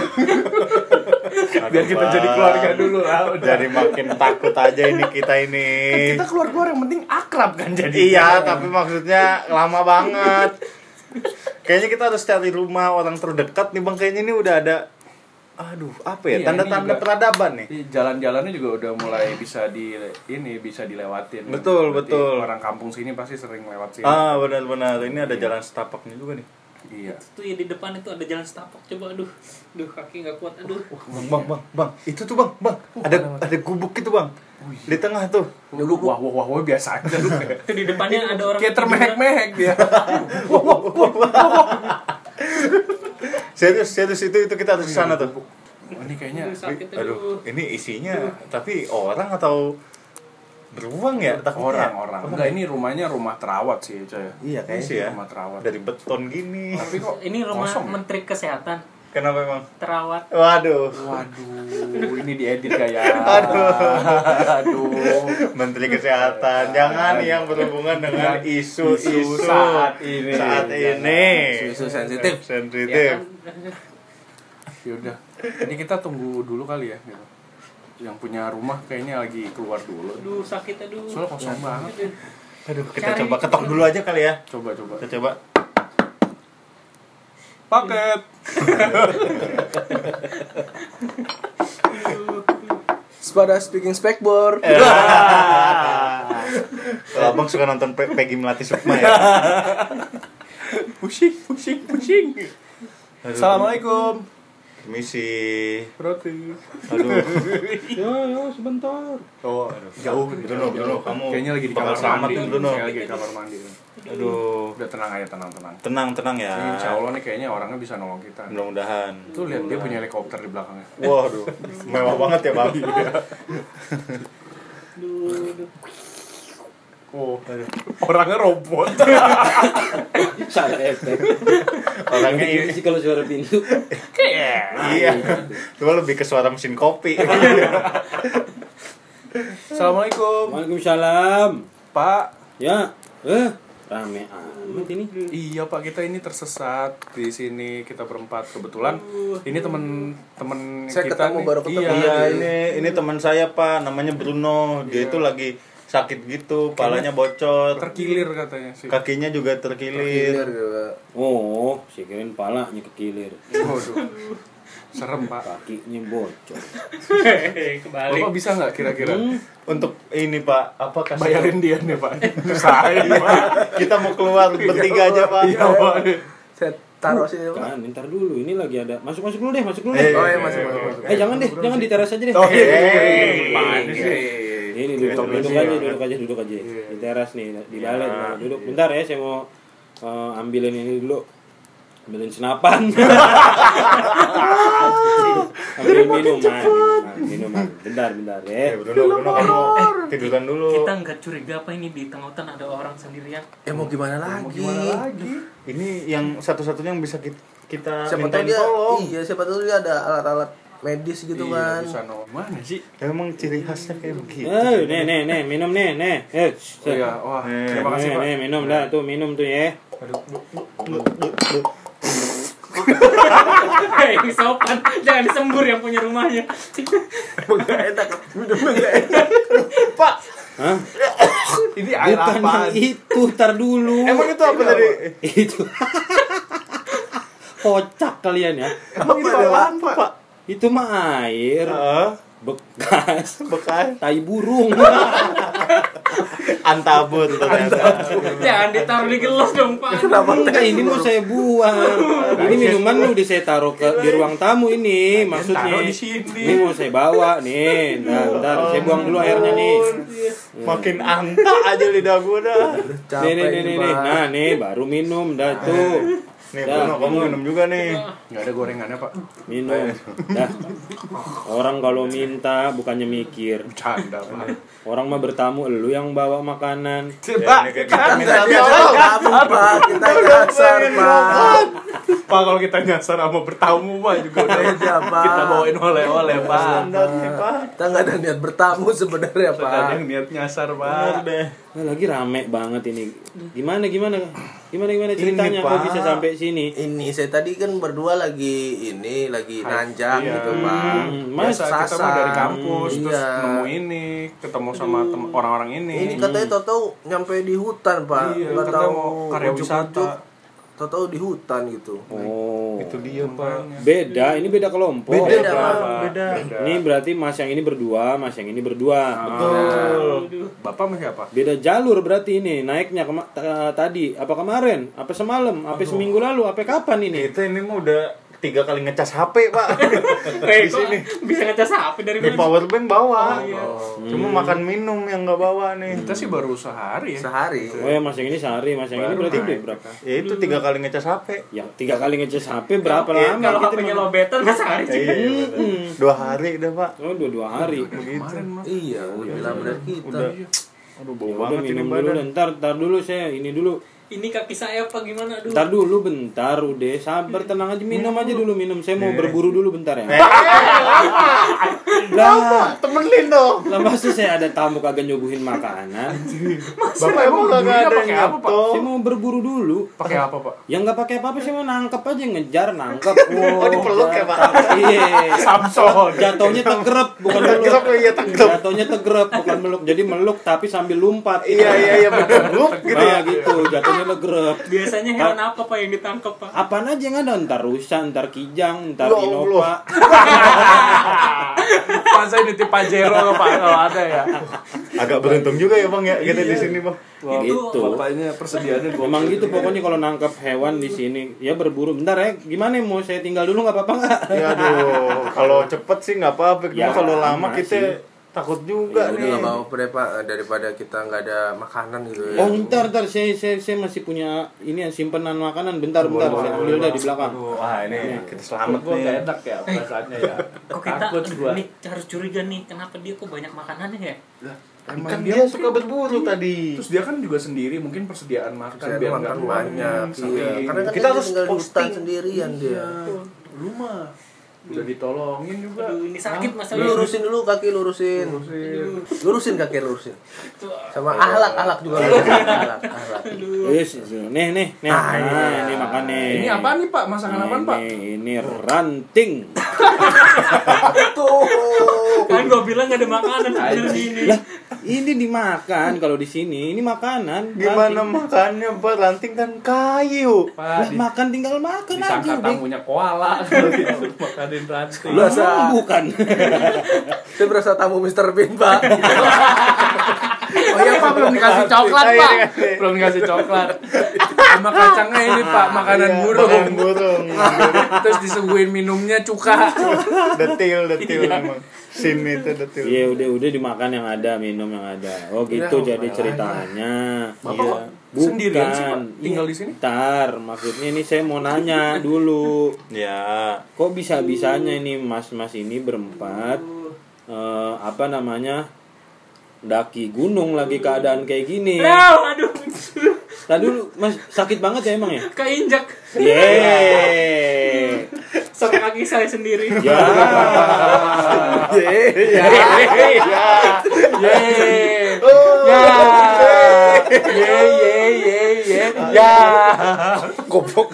[SPEAKER 2] Biar kita jadi keluarga dulu lah. udah.
[SPEAKER 3] Jadi makin takut aja ini kita ini.
[SPEAKER 2] Kan Kita keluar keluar yang penting akrab kan jadi.
[SPEAKER 3] Iya, tapi maksudnya lama banget. Kayaknya kita harus cari rumah orang terdekat nih bang. Kayaknya ini udah ada, aduh apa ya?
[SPEAKER 2] Iya, ini
[SPEAKER 3] Tanda-tanda
[SPEAKER 2] juga-
[SPEAKER 3] peradaban nih.
[SPEAKER 2] jalan-jalannya juga udah mulai bisa di ini bisa dilewatin.
[SPEAKER 3] Betul, betul.
[SPEAKER 2] Orang kampung sini pasti sering lewat sini.
[SPEAKER 3] Ah benar-benar ini ada jalan setapaknya juga nih.
[SPEAKER 2] Iya.
[SPEAKER 4] itu ya di depan itu ada jalan setapak coba aduh aduh kaki nggak kuat aduh
[SPEAKER 3] Bang, bang, bang, bang, itu tuh bang, bang,
[SPEAKER 2] Uh,
[SPEAKER 3] ada ada gubuk gitu bang,
[SPEAKER 2] Oh, iya.
[SPEAKER 3] di tengah tuh.
[SPEAKER 2] Dulu wah wah wah, wah biasa aja lu.
[SPEAKER 4] itu di depannya ada orang
[SPEAKER 2] Kayak
[SPEAKER 4] ketiduran.
[SPEAKER 2] termehek-mehek dia.
[SPEAKER 3] Serius, serius itu itu
[SPEAKER 2] iya,
[SPEAKER 3] kita harus ke sana tuh.
[SPEAKER 2] Oh, ini kayaknya
[SPEAKER 4] Aduh, sakit aduh
[SPEAKER 3] Aduh, ini isinya tapi orang atau beruang ya? takutnya?
[SPEAKER 2] orang-orang. Enggak, ini rumahnya rumah terawat sih, coy.
[SPEAKER 1] Iya
[SPEAKER 3] Ini
[SPEAKER 1] kayaknya.
[SPEAKER 3] sih ya.
[SPEAKER 2] Rumah terawat.
[SPEAKER 3] Dari beton gini.
[SPEAKER 2] Tapi kok
[SPEAKER 4] ini rumah
[SPEAKER 2] kosong ya?
[SPEAKER 4] menteri kesehatan
[SPEAKER 3] Kenapa emang?
[SPEAKER 4] terawat
[SPEAKER 3] Waduh.
[SPEAKER 2] Waduh, ini diedit kayak.
[SPEAKER 3] Aduh.
[SPEAKER 2] Aduh.
[SPEAKER 3] Menteri Kesehatan, jangan yang berhubungan dengan isu-isu
[SPEAKER 2] Isu saat ini.
[SPEAKER 3] Saat
[SPEAKER 2] Jangan.
[SPEAKER 3] ini.
[SPEAKER 2] Isu-isu sensitif. Iya.
[SPEAKER 3] Sensitif.
[SPEAKER 4] ya kan?
[SPEAKER 2] Yaudah. Ini kita tunggu dulu kali ya. gitu. Yang punya rumah kayaknya lagi keluar dulu.
[SPEAKER 4] aduh sakit aduh
[SPEAKER 2] Soalnya kosong
[SPEAKER 3] Iya.
[SPEAKER 2] banget.
[SPEAKER 4] Aduh.
[SPEAKER 2] kan?
[SPEAKER 3] Aduh, kita
[SPEAKER 4] Cari.
[SPEAKER 3] coba ketok dulu aja kali ya.
[SPEAKER 2] Coba coba.
[SPEAKER 3] Kita coba.
[SPEAKER 2] Paket.
[SPEAKER 1] Sepada speaking spekbor.
[SPEAKER 2] Eh,
[SPEAKER 3] Kalau abang Ah. suka nonton Pe- Peggy Melati Sukma ya.
[SPEAKER 2] Pusing, pusing, pusing.
[SPEAKER 3] Aduh,
[SPEAKER 2] Assalamualaikum.
[SPEAKER 3] Permisi.
[SPEAKER 2] Roti.
[SPEAKER 3] Aduh.
[SPEAKER 4] yo yo sebentar
[SPEAKER 2] Oh,
[SPEAKER 3] Jauh, gitu Bruno, Bruno, kamu
[SPEAKER 2] Kayaknya lagi di
[SPEAKER 3] bakal
[SPEAKER 2] kamar
[SPEAKER 3] selamat
[SPEAKER 2] mandi.
[SPEAKER 3] nih, Bruno.
[SPEAKER 2] Kayaknya lagi di kamar mandi.
[SPEAKER 3] Aduh,
[SPEAKER 2] Udah tenang aja, tenang, tenang.
[SPEAKER 3] tenang, tenang ya.
[SPEAKER 2] Ini Iya, Insya Allah ya. nih kayaknya orangnya bisa nolong kita.
[SPEAKER 3] Mudah-mudahan.
[SPEAKER 2] Tuh lihat dia punya helikopter di belakangnya.
[SPEAKER 3] Waduh, mewah banget ya bang.
[SPEAKER 2] Iya.
[SPEAKER 4] aduh aduh.
[SPEAKER 2] Oh, orangnya robot.
[SPEAKER 5] Salah efek.
[SPEAKER 3] Orangnya
[SPEAKER 5] Gitu
[SPEAKER 3] ini.
[SPEAKER 5] sih kalau suara pintu.
[SPEAKER 3] Iya, cuma lebih ke suara mesin kopi.
[SPEAKER 2] Iya. Assalamualaikum,
[SPEAKER 5] Waalaikumsalam.
[SPEAKER 2] Pak.
[SPEAKER 5] Ya. Eh, rame amat ini.
[SPEAKER 2] Iya Pak, kita ini tersesat di sini kita berempat kebetulan. Ini temen-temen
[SPEAKER 1] Saya
[SPEAKER 2] kita
[SPEAKER 1] ketemu,
[SPEAKER 2] nih.
[SPEAKER 1] baru ketemu.
[SPEAKER 2] Iya,
[SPEAKER 3] Iya, ini ini teman saya pak, namanya Bruno. Dia itu lagi sakit gitu, palanya bocor,
[SPEAKER 2] terkilir katanya sih.
[SPEAKER 3] kakinya juga terkilir.
[SPEAKER 5] Oh, saya kirain palanya kekilir.
[SPEAKER 2] Waduh. Serem Pak.
[SPEAKER 5] Kakinya bocor.
[SPEAKER 4] Hehehe, kebalik
[SPEAKER 2] Bapak bisa nggak kira-kira
[SPEAKER 3] Untuk ini pak, apa
[SPEAKER 2] Iya.
[SPEAKER 3] kasih?
[SPEAKER 2] bayarin dia nih Pak? Saya Pak.
[SPEAKER 3] Kita mau keluar bertiga aja pak.
[SPEAKER 2] Iya Pak.
[SPEAKER 1] Saya taruh sini. Pak.
[SPEAKER 5] Kan, bentar dulu. Ini lagi ada. Masuk-masuk dulu deh, masuk dulu
[SPEAKER 3] Eh,
[SPEAKER 5] deh.
[SPEAKER 1] Oh iya masuk masuk. masuk. Eh,
[SPEAKER 5] Eh, jangan deh, jangan di teras aja deh.
[SPEAKER 2] Oh, iya.
[SPEAKER 3] Hey.
[SPEAKER 5] Ini duduk,
[SPEAKER 3] Iya,
[SPEAKER 5] duduk
[SPEAKER 3] iya.
[SPEAKER 5] aja, duduk aja, duduk aja. Di teras nih, di
[SPEAKER 2] Iya,
[SPEAKER 5] balai di balai. duduk. Bentar ya, saya mau eh, ambilin ini dulu. Ambilin senapan. ambilin minuman, minuman, minuman. Bentar, bentar
[SPEAKER 3] Eh,
[SPEAKER 2] Iya,
[SPEAKER 5] ya.
[SPEAKER 3] Bruno, Bruno kamu eh, tiduran dulu.
[SPEAKER 4] kita nggak curiga apa ini di tengah hutan ada orang sendirian
[SPEAKER 1] Ya mau gimana lagi?
[SPEAKER 2] Mau gimana lagi?
[SPEAKER 3] Ini yang satu-satunya yang bisa kita, kita
[SPEAKER 1] Siapa tahu
[SPEAKER 3] mintain
[SPEAKER 1] dia
[SPEAKER 3] tolong.
[SPEAKER 1] iya siapa tahu dia ada alat-alat medis gitu
[SPEAKER 2] Iya,
[SPEAKER 1] kan.
[SPEAKER 2] bisa nol. Mana sih?
[SPEAKER 3] Emang ciri khasnya kayak begitu.
[SPEAKER 5] Eh, nih, nih, nih, minum nih, nih. Eh,
[SPEAKER 2] Oh, iya, wah.
[SPEAKER 3] Eh,
[SPEAKER 2] Terima kasih
[SPEAKER 5] nih,
[SPEAKER 2] Pak.
[SPEAKER 5] nih, minum dah tuh, minum tuh ya.
[SPEAKER 4] Hei, sopan jangan disembur yang punya rumahnya
[SPEAKER 5] Hah?
[SPEAKER 2] Ini air
[SPEAKER 5] Bukan
[SPEAKER 2] apaan?
[SPEAKER 5] yang itu, tar dulu.
[SPEAKER 3] Emang itu apa tadi?
[SPEAKER 5] itu. Kocak kalian ya.
[SPEAKER 3] Emang itu apaan, Pak?
[SPEAKER 5] Itu mah air
[SPEAKER 2] Ah.
[SPEAKER 3] Heeh,
[SPEAKER 5] bekas
[SPEAKER 3] bekas
[SPEAKER 5] tai burung.
[SPEAKER 3] antabun ternyata.
[SPEAKER 4] jangan ditaruh di gelas dong pak
[SPEAKER 5] Enggak, Nah, ini mau saya buang. Nah, Ini minuman udah saya taruh ke di ruang tamu ini, maksudnya.
[SPEAKER 2] Nah, taruh di sini. Ya
[SPEAKER 5] Ini mau saya bawa nih. Nah, ntar saya buang dulu airnya nih.
[SPEAKER 3] Makin anta aja lidah gue dah.
[SPEAKER 5] Nih, nih,
[SPEAKER 1] Capek ini,
[SPEAKER 5] nih, nih, nih.
[SPEAKER 1] Pak.
[SPEAKER 5] Nah, nih baru minum dah tuh.
[SPEAKER 3] Nih,
[SPEAKER 5] Ya.
[SPEAKER 3] Bruno, kamu minum juga nih.
[SPEAKER 2] Nggak ada gorengannya Pak.
[SPEAKER 5] Minum. Dah. Orang kalau minta bukannya mikir.
[SPEAKER 2] Canda Pak.
[SPEAKER 5] Orang mah bertamu elu yang bawa makanan.
[SPEAKER 3] Ya, ini kayak kita minta
[SPEAKER 1] Kita
[SPEAKER 3] tolong.
[SPEAKER 1] kamu pak, kita kasar pak.
[SPEAKER 2] Pak kalau kita nyasar sama bertamu Pak juga udah
[SPEAKER 1] Iya, Pak.
[SPEAKER 2] kita bawain oleh-oleh Pak.
[SPEAKER 3] Standar nih, Pak.
[SPEAKER 1] Kita nggak ada niat bertamu sebenarnya
[SPEAKER 2] Ada
[SPEAKER 1] pak.
[SPEAKER 2] yang niat nyasar
[SPEAKER 3] Bener
[SPEAKER 2] Pak.
[SPEAKER 3] deh.
[SPEAKER 5] Nah, lagi rame banget ini. Gimana gimana? Gimana gimana ceritanya
[SPEAKER 3] Ini,
[SPEAKER 5] kok
[SPEAKER 3] Pak. Iya.
[SPEAKER 5] bisa sampai sini?
[SPEAKER 1] Ini saya tadi kan berdua lagi ini lagi nanjak
[SPEAKER 2] iya.
[SPEAKER 1] gitu pak.
[SPEAKER 5] Hmm,
[SPEAKER 2] Biasa kita mah
[SPEAKER 1] Sasar.
[SPEAKER 2] dari kampus terus
[SPEAKER 1] Iya.
[SPEAKER 2] nemu ini, ketemu sama tem- orang-orang ini.
[SPEAKER 1] Ini katanya Toto nyampe di hutan pak,
[SPEAKER 2] Iya,
[SPEAKER 1] nggak
[SPEAKER 2] katanya
[SPEAKER 1] tahu
[SPEAKER 2] mau karya wisata.
[SPEAKER 1] Toto di hutan gitu.
[SPEAKER 5] Oh.
[SPEAKER 3] Itu dia, Pak.
[SPEAKER 5] Beda, ini beda kelompok.
[SPEAKER 3] Beda,
[SPEAKER 1] beda,
[SPEAKER 3] Pak.
[SPEAKER 1] Pak.
[SPEAKER 3] Beda.
[SPEAKER 5] Ini berarti Mas yang ini berdua, Mas yang ini berdua.
[SPEAKER 3] Ah.
[SPEAKER 5] Nah,
[SPEAKER 3] Betul.
[SPEAKER 2] Bapak masih apa?
[SPEAKER 5] Beda jalur berarti ini naiknya kema- ta- tadi apa kemarin, apa semalam, apa seminggu lalu, apa kapan ini?
[SPEAKER 3] Kita ini mah udah tiga kali ngecas HP, Pak.
[SPEAKER 4] Hei, Eh, kok bisa ngecas HP dari
[SPEAKER 3] Di
[SPEAKER 4] mana?
[SPEAKER 3] power bank bawa.
[SPEAKER 4] iya.
[SPEAKER 1] Hmm.
[SPEAKER 3] Cuma makan minum yang nggak bawa nih.
[SPEAKER 2] Kita sih baru sehari ya.
[SPEAKER 1] Sehari.
[SPEAKER 5] Oh ya Mas yang ini sehari, Mas yang ini berarti udah berapa?
[SPEAKER 3] Ya itu tiga kali ngecas HP.
[SPEAKER 5] Ya tiga kali ngecas HP berapa
[SPEAKER 4] Iya,
[SPEAKER 5] lama?
[SPEAKER 4] kalau
[SPEAKER 5] kita
[SPEAKER 4] HP-nya
[SPEAKER 5] mah-
[SPEAKER 4] lobetan nggak sehari
[SPEAKER 3] Ya, iya, iya, betul. Dua hari udah pak.
[SPEAKER 5] Oh dua-dua hari.
[SPEAKER 2] Kemarin mah.
[SPEAKER 1] Iya, udah bilang benar kita. Iya.
[SPEAKER 3] Aduh
[SPEAKER 5] Ya
[SPEAKER 3] bau
[SPEAKER 5] udah
[SPEAKER 3] banget ini
[SPEAKER 5] minum dulu
[SPEAKER 3] badan.
[SPEAKER 5] dan ntar ntar dulu saya ini dulu
[SPEAKER 4] ini kaki saya apa gimana aduh
[SPEAKER 5] Bentar dulu, bentar udah sabar tenang aja minum aja dulu minum. Saya
[SPEAKER 3] Iya.
[SPEAKER 5] mau berburu dulu bentar
[SPEAKER 3] Eh,
[SPEAKER 5] ya. Lah,
[SPEAKER 3] temenin dong
[SPEAKER 5] lah masa saya ada tamu kagak nyuguhin makanan.
[SPEAKER 3] bapak emang gak
[SPEAKER 2] bumbunya
[SPEAKER 3] ada
[SPEAKER 2] pakai
[SPEAKER 3] yang
[SPEAKER 2] apa, Pak?
[SPEAKER 5] Saya
[SPEAKER 3] nyetok
[SPEAKER 5] mau berburu dulu.
[SPEAKER 2] Pakai apa, Pak?
[SPEAKER 5] Yang nggak pakai apa-apa saya mau nangkep aja ngejar nangkep.
[SPEAKER 3] Oh, dipeluk ya, Pak?
[SPEAKER 5] jatah. Iya.
[SPEAKER 2] Samson.
[SPEAKER 5] Jatuhnya tegrep bukan
[SPEAKER 3] Tegrep,
[SPEAKER 5] meluk.
[SPEAKER 3] iya, tegrep.
[SPEAKER 5] Jatuhnya tegrep bukan meluk. Jadi meluk tapi sambil lompat.
[SPEAKER 3] iya iya iya betul gitu
[SPEAKER 5] Nah,
[SPEAKER 3] ya
[SPEAKER 5] gitu. Jatuhnya tegrep.
[SPEAKER 4] biasanya hewan apa pak yang ditangkap pak
[SPEAKER 5] Apaan aja yang ada ntar rusa, ntar kijang, ntar
[SPEAKER 3] Ya
[SPEAKER 5] inova.
[SPEAKER 2] Pak saya nitip Pajero loh, Pak kalau ada ya.
[SPEAKER 3] agak beruntung juga ya bang ya kita di sini bang
[SPEAKER 5] gitu.
[SPEAKER 2] Bapaknya persediaannya gua.
[SPEAKER 5] Memang gitu pokoknya kalau nangkap hewan di sini ya berburu. Bentar ya, gimana mau saya tinggal dulu nggak apa-apa nggak?
[SPEAKER 3] ya aduh kalau cepet sih nggak apa-apa cuma
[SPEAKER 5] Ya,
[SPEAKER 3] kalau lama
[SPEAKER 5] masih.
[SPEAKER 3] kita takut
[SPEAKER 1] Ya
[SPEAKER 3] juga
[SPEAKER 1] udah
[SPEAKER 3] nih
[SPEAKER 1] nggak apa-apa deh pak daripada kita nggak ada makanan gitu
[SPEAKER 2] Iya,
[SPEAKER 1] ya.
[SPEAKER 5] Oh bentar, bentar, saya, saya, saya masih punya ini ya, simpenan makanan, bentar, bentar, saya ambil dah di belakang
[SPEAKER 3] wah ini kita selamat Eh,
[SPEAKER 6] Gue gak enak ya perasaannya ya.
[SPEAKER 4] kok kita
[SPEAKER 6] Takut
[SPEAKER 4] aduh,
[SPEAKER 6] gua.
[SPEAKER 4] nih harus curiga nih kenapa dia kok banyak makanannya ya
[SPEAKER 2] Emang
[SPEAKER 3] kan
[SPEAKER 2] dia
[SPEAKER 3] dia suka berburu tadi
[SPEAKER 2] terus dia kan juga sendiri mungkin persediaan makan
[SPEAKER 1] Saya
[SPEAKER 2] biar
[SPEAKER 1] makan
[SPEAKER 2] nggak
[SPEAKER 1] banyak. Iya. Karena kan dia
[SPEAKER 3] Kita
[SPEAKER 1] tinggal
[SPEAKER 3] harus
[SPEAKER 1] di hutan
[SPEAKER 3] posting.
[SPEAKER 1] sendirian dia.
[SPEAKER 2] Iya. rumah udah ditolongin juga
[SPEAKER 4] aduh ini sakit masa
[SPEAKER 1] Lu lurusin dulu kaki lurusin. Lurusin kaki lurusin. Sama
[SPEAKER 2] Iya.
[SPEAKER 1] ahlak ahlak juga. lurusin. ahlak ahlak.
[SPEAKER 5] Yes, nih, nih, nih, nah, ini makan nih
[SPEAKER 2] ini apa nih pak masakan apa pak
[SPEAKER 5] Ini, ini ranting
[SPEAKER 4] kan gua bilang gak ada makanan bener di ini
[SPEAKER 5] Lah, ini dimakan kalau di sini, ini makanan
[SPEAKER 3] gimana
[SPEAKER 5] ranting.
[SPEAKER 3] makannya pak ranting kan kayu
[SPEAKER 6] Pak,
[SPEAKER 5] Lah,
[SPEAKER 6] di-
[SPEAKER 5] makan tinggal makan aja
[SPEAKER 6] disangka
[SPEAKER 5] udah.
[SPEAKER 6] tamunya koala. Makanin ranting.
[SPEAKER 5] Lah, bukan
[SPEAKER 1] Saya berasa tamu Mr. Bean pak.
[SPEAKER 2] oh iya pak belum dikasih coklat
[SPEAKER 3] Iya,
[SPEAKER 2] pak
[SPEAKER 3] iya.
[SPEAKER 2] belum dikasih coklat sama kacangnya ini pak makanan
[SPEAKER 3] Iya,
[SPEAKER 2] burung
[SPEAKER 3] makanan burung iya.
[SPEAKER 2] terus disuguhin minumnya cuka Iya.
[SPEAKER 3] detil detil emang sim itu
[SPEAKER 2] Gitu.
[SPEAKER 3] detil
[SPEAKER 5] Iya udah udah dimakan yang ada, minum yang ada. Oh gitu jadi ceritanya. Iya.
[SPEAKER 2] Bapak kok
[SPEAKER 5] Bukan. Iya,
[SPEAKER 2] sendirian sih, Pak? Tinggal di sini?
[SPEAKER 5] Bentar, maksudnya ini saya mau nanya dulu.
[SPEAKER 3] ya
[SPEAKER 5] Kok bisa-bisanya ini mas-mas ini berempat eh, apa namanya? daki gunung lagi keadaan kayak gini.
[SPEAKER 4] Aduh, aduh
[SPEAKER 5] Tadi dulu Mas sakit banget ya emang ya?
[SPEAKER 4] keinjak
[SPEAKER 5] Iya. Yeay.
[SPEAKER 4] sok kaki saya sendiri
[SPEAKER 5] Ya.
[SPEAKER 2] Iya.
[SPEAKER 1] Iya.
[SPEAKER 2] Yeay.
[SPEAKER 3] Oh,
[SPEAKER 2] ya ye ye ye ye ya
[SPEAKER 1] Goblok.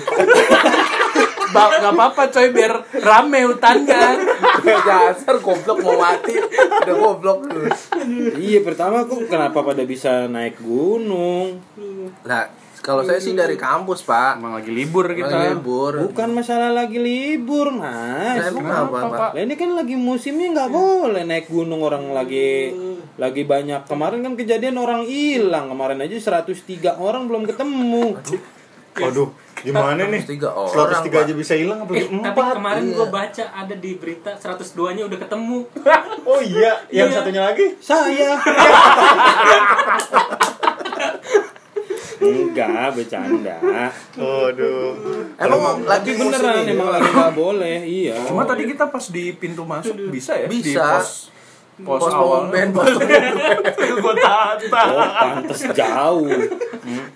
[SPEAKER 2] Ba- nggak apa-apa coy biar rame hutannya
[SPEAKER 1] Dasar Ya, goblok mau mati. Udah goblok lu.
[SPEAKER 5] Iya pertama kok kenapa pada bisa naik gunung?
[SPEAKER 1] Nah, kalau saya sih dari kampus pak.
[SPEAKER 2] emang lagi libur
[SPEAKER 1] Lagi
[SPEAKER 2] kita
[SPEAKER 1] libur.
[SPEAKER 5] Bukan masalah lagi libur,
[SPEAKER 1] Nah,
[SPEAKER 5] Mas.
[SPEAKER 1] emang kenapa pak?
[SPEAKER 5] Lah ini kan lagi musimnya nggak boleh naik gunung orang lagi lagi banyak. Kemarin kan kejadian orang hilang. Kemarin aja 103 orang belum ketemu.
[SPEAKER 3] aduh gimana nih
[SPEAKER 1] 103 orang,
[SPEAKER 3] 103
[SPEAKER 1] Pak.
[SPEAKER 3] aja bisa hilang apa
[SPEAKER 4] Eh, tapi
[SPEAKER 3] empat
[SPEAKER 4] kemarin gua baca ada di berita 102 nya udah ketemu
[SPEAKER 3] oh iya yang
[SPEAKER 4] Iya.
[SPEAKER 3] satunya lagi
[SPEAKER 5] Saya. Enggak, bercanda.
[SPEAKER 3] aduh
[SPEAKER 1] Emang lagi
[SPEAKER 5] Tapi beneran
[SPEAKER 1] musim ini,
[SPEAKER 5] emang lagi nggak boleh. Iya.
[SPEAKER 6] Oh,
[SPEAKER 2] Cuma tadi kita pas di pintu masuk bisa ya? Di
[SPEAKER 1] Bisa.
[SPEAKER 2] pos pos,
[SPEAKER 1] pos pom
[SPEAKER 2] awal.
[SPEAKER 1] band, pos
[SPEAKER 6] Gue tantang.
[SPEAKER 5] Oh, pantes jauh.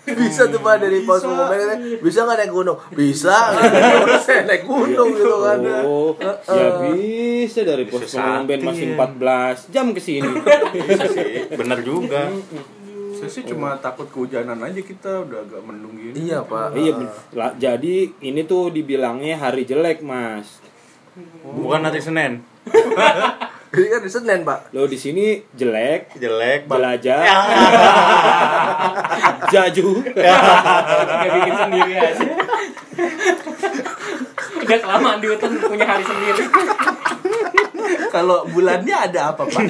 [SPEAKER 1] bisa tuh pak dari pos pom band katanya, bisa nggak naik gunung bisa saya naik gunung gitu kan
[SPEAKER 5] Oh, ya bisa dari pos pengumben masih 14 jam ke sini.
[SPEAKER 3] bener juga
[SPEAKER 2] Saya sih cuma takut kehujanan aja kita udah agak mendung gini.
[SPEAKER 1] iya pak
[SPEAKER 5] Iya, lah, jadi ini tuh dibilangnya hari jelek, Mas.
[SPEAKER 2] Oh.
[SPEAKER 3] bukan nanti senin
[SPEAKER 1] ini kan di senin pak
[SPEAKER 5] Lo di sini jelek,
[SPEAKER 3] jelek Pak.
[SPEAKER 5] belajar jaju
[SPEAKER 4] Gak bikin sendiri aja Udah kelamaan di hutan punya hari sendiri
[SPEAKER 2] Kalau bulannya ada apa, Pak?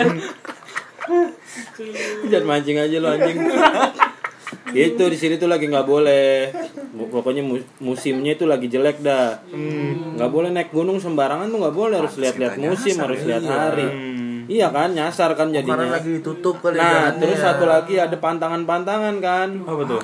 [SPEAKER 5] jangan mancing aja lo anjing itu di sini tuh lagi nggak boleh Mu- pokoknya mu- musimnya itu lagi jelek dah nggak boleh naik gunung sembarangan tuh nggak boleh harus lihat-lihat musim harus lihat hari iya kan nyasar kan
[SPEAKER 1] karena
[SPEAKER 5] jadinya
[SPEAKER 1] lagi ditutup kali
[SPEAKER 5] nah
[SPEAKER 3] Iya.
[SPEAKER 1] jalannya.
[SPEAKER 5] terus satu lagi ada pantangan-pantangan kan
[SPEAKER 3] betul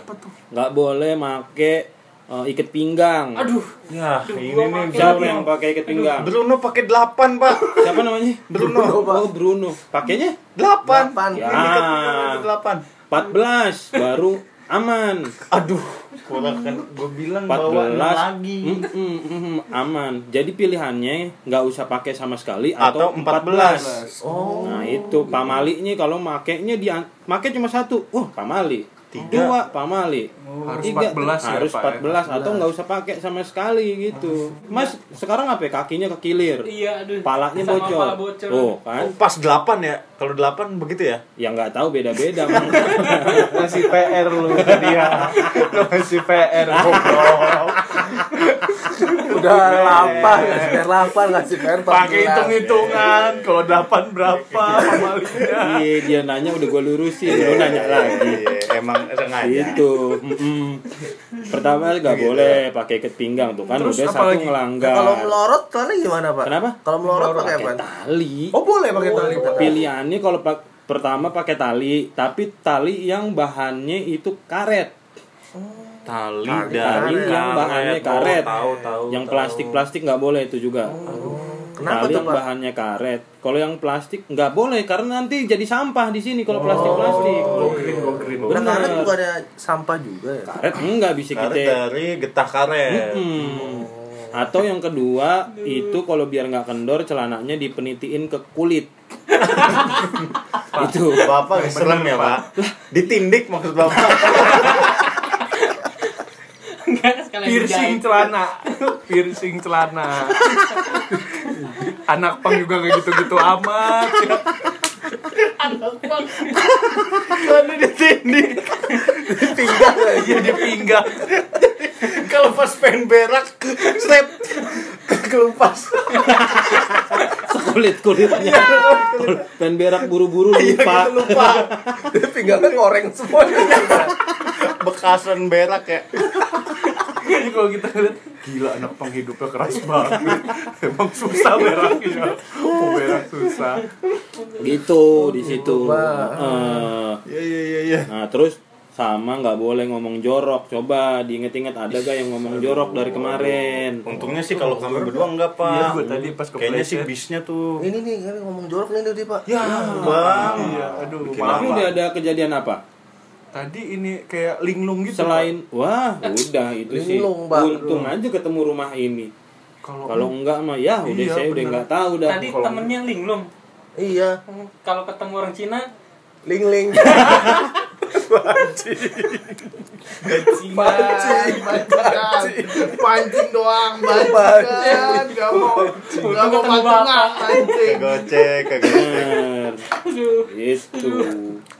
[SPEAKER 5] nggak boleh make eh, ikat pinggang
[SPEAKER 4] Aduh
[SPEAKER 3] ya ini
[SPEAKER 4] gua
[SPEAKER 3] nih
[SPEAKER 4] pakai-
[SPEAKER 5] siapa yang pakai ikat pinggang
[SPEAKER 3] Bruno pakai 8 pak
[SPEAKER 5] siapa namanya
[SPEAKER 3] Bruno
[SPEAKER 5] oh Bruno pakainya
[SPEAKER 3] 8
[SPEAKER 1] Delapan.
[SPEAKER 5] Ya.
[SPEAKER 3] Ini kan Bruno ada 8
[SPEAKER 5] 14 baru aman.
[SPEAKER 3] Aduh, Hmm. kurang kan gue bilang bawa
[SPEAKER 5] 14
[SPEAKER 3] enam lagi.
[SPEAKER 5] Mm-mm, mm-mm, aman. Jadi pilihannya nggak usah pakai sama sekali
[SPEAKER 3] Atau
[SPEAKER 5] atau,
[SPEAKER 3] 14.
[SPEAKER 5] 14.
[SPEAKER 1] Oh.
[SPEAKER 5] Nah, itu pamalinya kalau makainya dia make cuma satu. Wah, pamali.
[SPEAKER 3] Tiga.
[SPEAKER 5] Dua pamali.
[SPEAKER 2] Harus
[SPEAKER 5] Tiga,
[SPEAKER 2] 14 ya,
[SPEAKER 5] harus
[SPEAKER 2] Pak,
[SPEAKER 5] 14 atau nggak usah pakai sama sekali gitu. Mas, sekarang apa ya? kakinya kekilir.
[SPEAKER 4] Iya, aduh.
[SPEAKER 5] Palanya
[SPEAKER 4] Sama
[SPEAKER 5] bocor.
[SPEAKER 4] Pala bocor.
[SPEAKER 5] Tuh, kan?
[SPEAKER 3] Oh, pas 8 ya. Kalau 8 begitu ya.
[SPEAKER 5] Ya nggak tahu beda-beda, Mang.
[SPEAKER 6] Masih PR lu ke dia. Lu Masih PR.
[SPEAKER 1] Udah lapar, ngasih PR lapar, ngasih PR
[SPEAKER 3] Pakai hitung-hitungan. Kalau 8 berapa pamalinya?
[SPEAKER 5] Iya, dia nanya udah gue lurusin, lu nanya lagi.
[SPEAKER 3] Iya, emang sengaja.
[SPEAKER 5] Itu. mm-mm. Pertama nggak boleh pakai ikat pinggang tuh kan
[SPEAKER 2] Terus
[SPEAKER 5] udah
[SPEAKER 2] apa
[SPEAKER 5] satu
[SPEAKER 2] lagi?
[SPEAKER 5] ngelanggar.
[SPEAKER 1] Kalau melorot celana gimana, Pak?
[SPEAKER 5] Kenapa?
[SPEAKER 1] Kalau melorot pakai
[SPEAKER 5] pakai
[SPEAKER 1] apa?
[SPEAKER 5] tali.
[SPEAKER 1] Oh, boleh pakai tali. Pak.
[SPEAKER 5] Pilihannya kalau pak- pertama pakai tali, tapi tali yang bahannya itu karet.
[SPEAKER 3] Tali
[SPEAKER 5] Tali yang bahannya karet.
[SPEAKER 3] Tahu, tahu.
[SPEAKER 5] yang plastik-plastik nggak boleh itu juga.
[SPEAKER 1] Kenapa
[SPEAKER 5] tali
[SPEAKER 1] tuh,
[SPEAKER 5] yang
[SPEAKER 1] Pak?
[SPEAKER 5] bahannya karet. Kalau yang plastik nggak boleh karena nanti jadi sampah di sini kalau plastik-plastik.
[SPEAKER 1] Nah,
[SPEAKER 5] Bener.
[SPEAKER 1] karet bukannya sampah juga ya?
[SPEAKER 5] Karet enggak bisa
[SPEAKER 3] Karet eh.
[SPEAKER 5] kita
[SPEAKER 3] dari getah karet.
[SPEAKER 5] Hmm. Atau yang kedua itu kalau biar nggak kendor celananya dipenitiin ke kulit. itu.
[SPEAKER 3] Bapak serem ya, Pak. Ditindik maksud Bapak.
[SPEAKER 4] Enggak, sekalian
[SPEAKER 2] piercing
[SPEAKER 4] dijahit.
[SPEAKER 2] celana piercing celana anak pang juga nggak gitu-gitu amat ya.
[SPEAKER 3] Tadi ditindik. Dipinggang aja
[SPEAKER 1] iya.
[SPEAKER 2] Iya,
[SPEAKER 3] di pinggang. Kalau pas pengen berak, strep kelupas.
[SPEAKER 5] kulit kulitnya pengen berak buru-buru lupa
[SPEAKER 3] Lupa
[SPEAKER 1] Dia
[SPEAKER 2] kan
[SPEAKER 1] pinggangnya koreng semua.
[SPEAKER 3] bekasan berak ya.
[SPEAKER 2] Jadi kalau kita lihat gila anak pang hidupnya keras banget emang susah ya. beraknya mau
[SPEAKER 6] Oh,
[SPEAKER 2] berak susah
[SPEAKER 5] gitu di situ
[SPEAKER 1] Pak.
[SPEAKER 5] Heeh.
[SPEAKER 3] Iya iya iya iya.
[SPEAKER 5] nah terus sama nggak boleh ngomong jorok coba diinget-inget ada gak yang ngomong jorok dari kemarin
[SPEAKER 3] Untungnya sih kalau kami berdua enggak, Pak.
[SPEAKER 2] Iya, gua tadi pas
[SPEAKER 3] Kayaknya sih
[SPEAKER 2] kepleset.
[SPEAKER 3] bisnya tuh.
[SPEAKER 1] Ini nih, ini ngomong jorok nih tadi, Pak.
[SPEAKER 3] Ya, Bang.
[SPEAKER 2] iya aduh
[SPEAKER 3] Bikin
[SPEAKER 2] maaf
[SPEAKER 5] tapi
[SPEAKER 3] lama.
[SPEAKER 5] udah ada kejadian apa
[SPEAKER 2] tadi ini kayak linglung gitu
[SPEAKER 5] selain wah udah itu sih
[SPEAKER 1] Linglung, Pak.
[SPEAKER 5] untung aja ketemu rumah ini
[SPEAKER 2] Pak. kalau
[SPEAKER 5] kalau enggak mah ya udah
[SPEAKER 2] Iya,
[SPEAKER 5] saya udah
[SPEAKER 2] bener.
[SPEAKER 5] nggak tahu dah
[SPEAKER 4] Tadi temennya linglung.
[SPEAKER 1] Iya,
[SPEAKER 4] Kalau ketemu orang Cina,
[SPEAKER 1] ling-ling.
[SPEAKER 7] Pancing, pancing, pancing doang,
[SPEAKER 1] Pancing.
[SPEAKER 7] pancing, nggak mau, nggak mau
[SPEAKER 4] Ketemu
[SPEAKER 7] patungan, pancing.
[SPEAKER 3] Kegocek, kegocek.
[SPEAKER 5] Bener.
[SPEAKER 4] aduh.
[SPEAKER 5] itu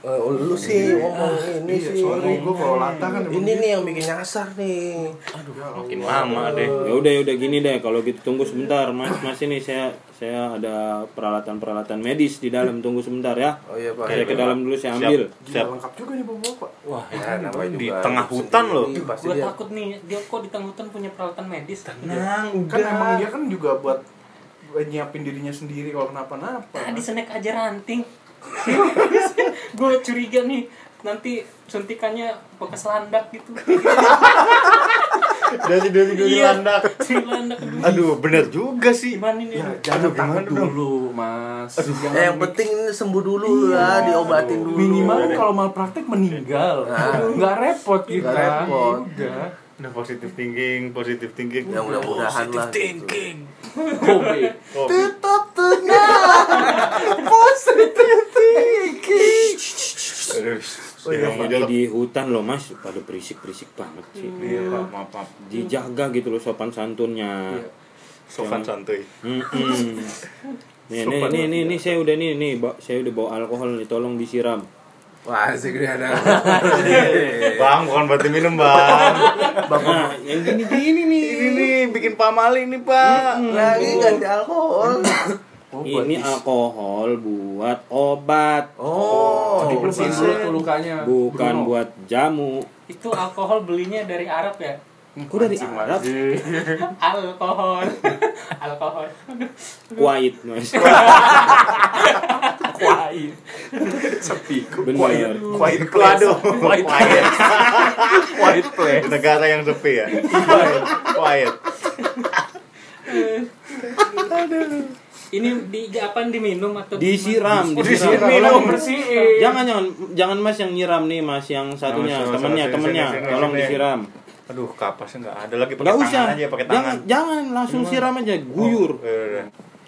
[SPEAKER 1] Eh, lu sih ngomong ini
[SPEAKER 2] iya,
[SPEAKER 1] sih.
[SPEAKER 2] sorry gue kalau latah kan emang
[SPEAKER 1] Ini nih yang bikin nyasar nih.
[SPEAKER 3] Makin lama deh.
[SPEAKER 5] ya udah ya udah gini deh kalau gitu tunggu sebentar mas mas ini saya saya ada peralatan peralatan medis di dalam tunggu sebentar ya
[SPEAKER 1] Oh iya, Pak.
[SPEAKER 5] saya ke dalam dulu saya
[SPEAKER 3] Siap.
[SPEAKER 5] ambil
[SPEAKER 3] Siap.
[SPEAKER 2] gila, lengkap juga nih bapak
[SPEAKER 3] Wah,
[SPEAKER 1] Ya, namanya
[SPEAKER 3] di
[SPEAKER 1] juga
[SPEAKER 3] tengah
[SPEAKER 1] hidup
[SPEAKER 3] hutan loh.
[SPEAKER 1] sendiri, Pasti
[SPEAKER 4] Gue
[SPEAKER 1] dia
[SPEAKER 4] takut nih, dia kok di tengah hutan punya peralatan medis.
[SPEAKER 3] Tenang,
[SPEAKER 2] kan emang dia kan juga buat nyiapin dirinya sendiri kalau kenapa-napa
[SPEAKER 4] Tadi Nah, snack aja ranting. gue curiga nih, nanti suntikannya bekas landak gitu.
[SPEAKER 3] Jadi dari dulu
[SPEAKER 4] Iya.
[SPEAKER 3] landak.
[SPEAKER 4] Si landak dulu.
[SPEAKER 3] Aduh, bener juga sih.
[SPEAKER 4] Gimana ini?
[SPEAKER 2] ya
[SPEAKER 4] aduh?
[SPEAKER 2] jangan
[SPEAKER 3] Aduh, gimana
[SPEAKER 2] takut dulu mas Jangan
[SPEAKER 1] Eh, yang penting ini sembuh dulu lah, diobatin dulu.
[SPEAKER 2] minimal kalau malpraktek meninggal
[SPEAKER 6] Nah.
[SPEAKER 2] nggak repot gitu
[SPEAKER 1] Nggak
[SPEAKER 2] kan.
[SPEAKER 1] repot.
[SPEAKER 2] udah
[SPEAKER 3] Nah, positive thinking, positive thinking.
[SPEAKER 1] Ya mudah-mudahan lah. gitu.
[SPEAKER 2] Kobe
[SPEAKER 3] Oh,
[SPEAKER 1] Tutup tengah.
[SPEAKER 3] aduh,
[SPEAKER 5] Yang
[SPEAKER 3] jangan mau jorok.
[SPEAKER 5] di hutan loh mas pada berisik berisik banget sih
[SPEAKER 3] Iya, Pak, maaf, maaf.
[SPEAKER 5] dijaga gitu loh sopan santunnya
[SPEAKER 3] Sopan santuy.
[SPEAKER 5] Mm-mm. Nih, nih, nih, nih, nih, saya udah nih, nih, ba- saya udah bawa alkohol nih, tolong disiram.
[SPEAKER 1] Wah, asik dia ada.
[SPEAKER 3] Iya, Bang, bukan buat minum, Bang.
[SPEAKER 5] Nah, yang gini gini nih,
[SPEAKER 3] ini nih bikin pamali nih, Pak.
[SPEAKER 1] Lagi ganti alkohol.
[SPEAKER 5] ini alkohol buat obat,
[SPEAKER 1] Oh,
[SPEAKER 2] dibersihin dulu tuh lukanya
[SPEAKER 5] bukan
[SPEAKER 2] Bruno.
[SPEAKER 5] buat jamu.
[SPEAKER 4] Itu alkohol belinya dari Arab ya?
[SPEAKER 5] Kok dari Arab?
[SPEAKER 4] Alkohol. alkohol. Aduh,
[SPEAKER 5] Kuwait, mas.
[SPEAKER 2] kuai sepi
[SPEAKER 5] Bener.
[SPEAKER 3] Quiet place. Quiet place.
[SPEAKER 2] kuai play
[SPEAKER 3] Eh, Negara yang sepi ya. Quiet.
[SPEAKER 4] Ini di di apaan diminum atau
[SPEAKER 5] Disiram,
[SPEAKER 4] gimana?
[SPEAKER 5] disiram.
[SPEAKER 4] Minum
[SPEAKER 5] Minum.
[SPEAKER 4] bersihin.
[SPEAKER 5] Jangan jangan jangan Mas yang nyiram nih Mas yang satunya
[SPEAKER 2] Sama, sama,
[SPEAKER 5] temennya
[SPEAKER 2] sini,
[SPEAKER 5] temennya
[SPEAKER 2] sini, sini,
[SPEAKER 5] tolong
[SPEAKER 2] sini.
[SPEAKER 5] disiram.
[SPEAKER 3] Aduh, kapasnya nggak ada lagi pakai
[SPEAKER 5] Nggak usah.
[SPEAKER 3] tangan aja, pakai tangan.
[SPEAKER 5] Jangan jangan langsung siram aja guyur.
[SPEAKER 3] Ya, ya, ya.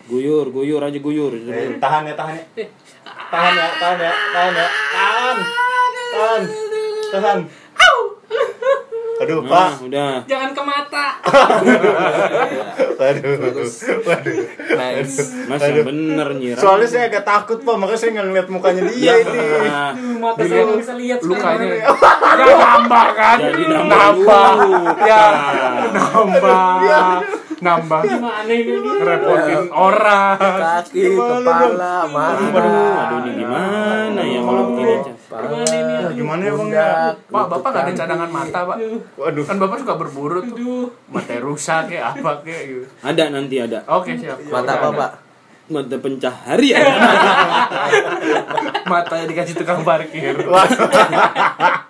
[SPEAKER 5] Guyur, guyur aja guyur.
[SPEAKER 3] Eh, tahan ya, tahan ya. Tahan ya, tahan ya, tahan ya. Tahan. Tahan. Tahan. Aduh, Pak.
[SPEAKER 5] Nah, udah.
[SPEAKER 4] Jangan ke mata.
[SPEAKER 3] Aduh. Waduh.
[SPEAKER 5] Mas yang bener nyiram.
[SPEAKER 3] Soalnya saya agak takut, Pak, makanya saya nggak ngeliat mukanya dia
[SPEAKER 5] ya,
[SPEAKER 3] ini.
[SPEAKER 5] nah,
[SPEAKER 4] Aduh, mata saya
[SPEAKER 3] Iya.
[SPEAKER 4] nggak bisa lihat
[SPEAKER 6] Lukanya
[SPEAKER 4] sekarang.
[SPEAKER 6] ya nambah kan?
[SPEAKER 5] Jadi nambah
[SPEAKER 6] nambah.
[SPEAKER 5] dulu.
[SPEAKER 6] Ya nambah. Nambah
[SPEAKER 4] Gimana ini?
[SPEAKER 3] Iya.
[SPEAKER 6] repotin orang.
[SPEAKER 1] kaki kepala
[SPEAKER 5] Aduh,
[SPEAKER 1] mata
[SPEAKER 5] aduh ini gimana ya
[SPEAKER 3] Oh.
[SPEAKER 5] kalau begini aja.
[SPEAKER 4] Gimana ini?
[SPEAKER 3] Gimana ya, Bang? ya?
[SPEAKER 1] pundak,
[SPEAKER 6] Pak, Bapak nggak ada
[SPEAKER 1] lutut,
[SPEAKER 6] cadangan mata, Pak.
[SPEAKER 3] Waduh.
[SPEAKER 6] Kan Bapak suka berburu tuh.
[SPEAKER 4] Aduh.
[SPEAKER 6] Mata rusak ya, apa kayak gitu.
[SPEAKER 5] Ada nanti ada.
[SPEAKER 6] Oke, siap.
[SPEAKER 1] mata apa pak
[SPEAKER 5] Mata pencaharian.
[SPEAKER 6] Matanya dikasih tukang parkir.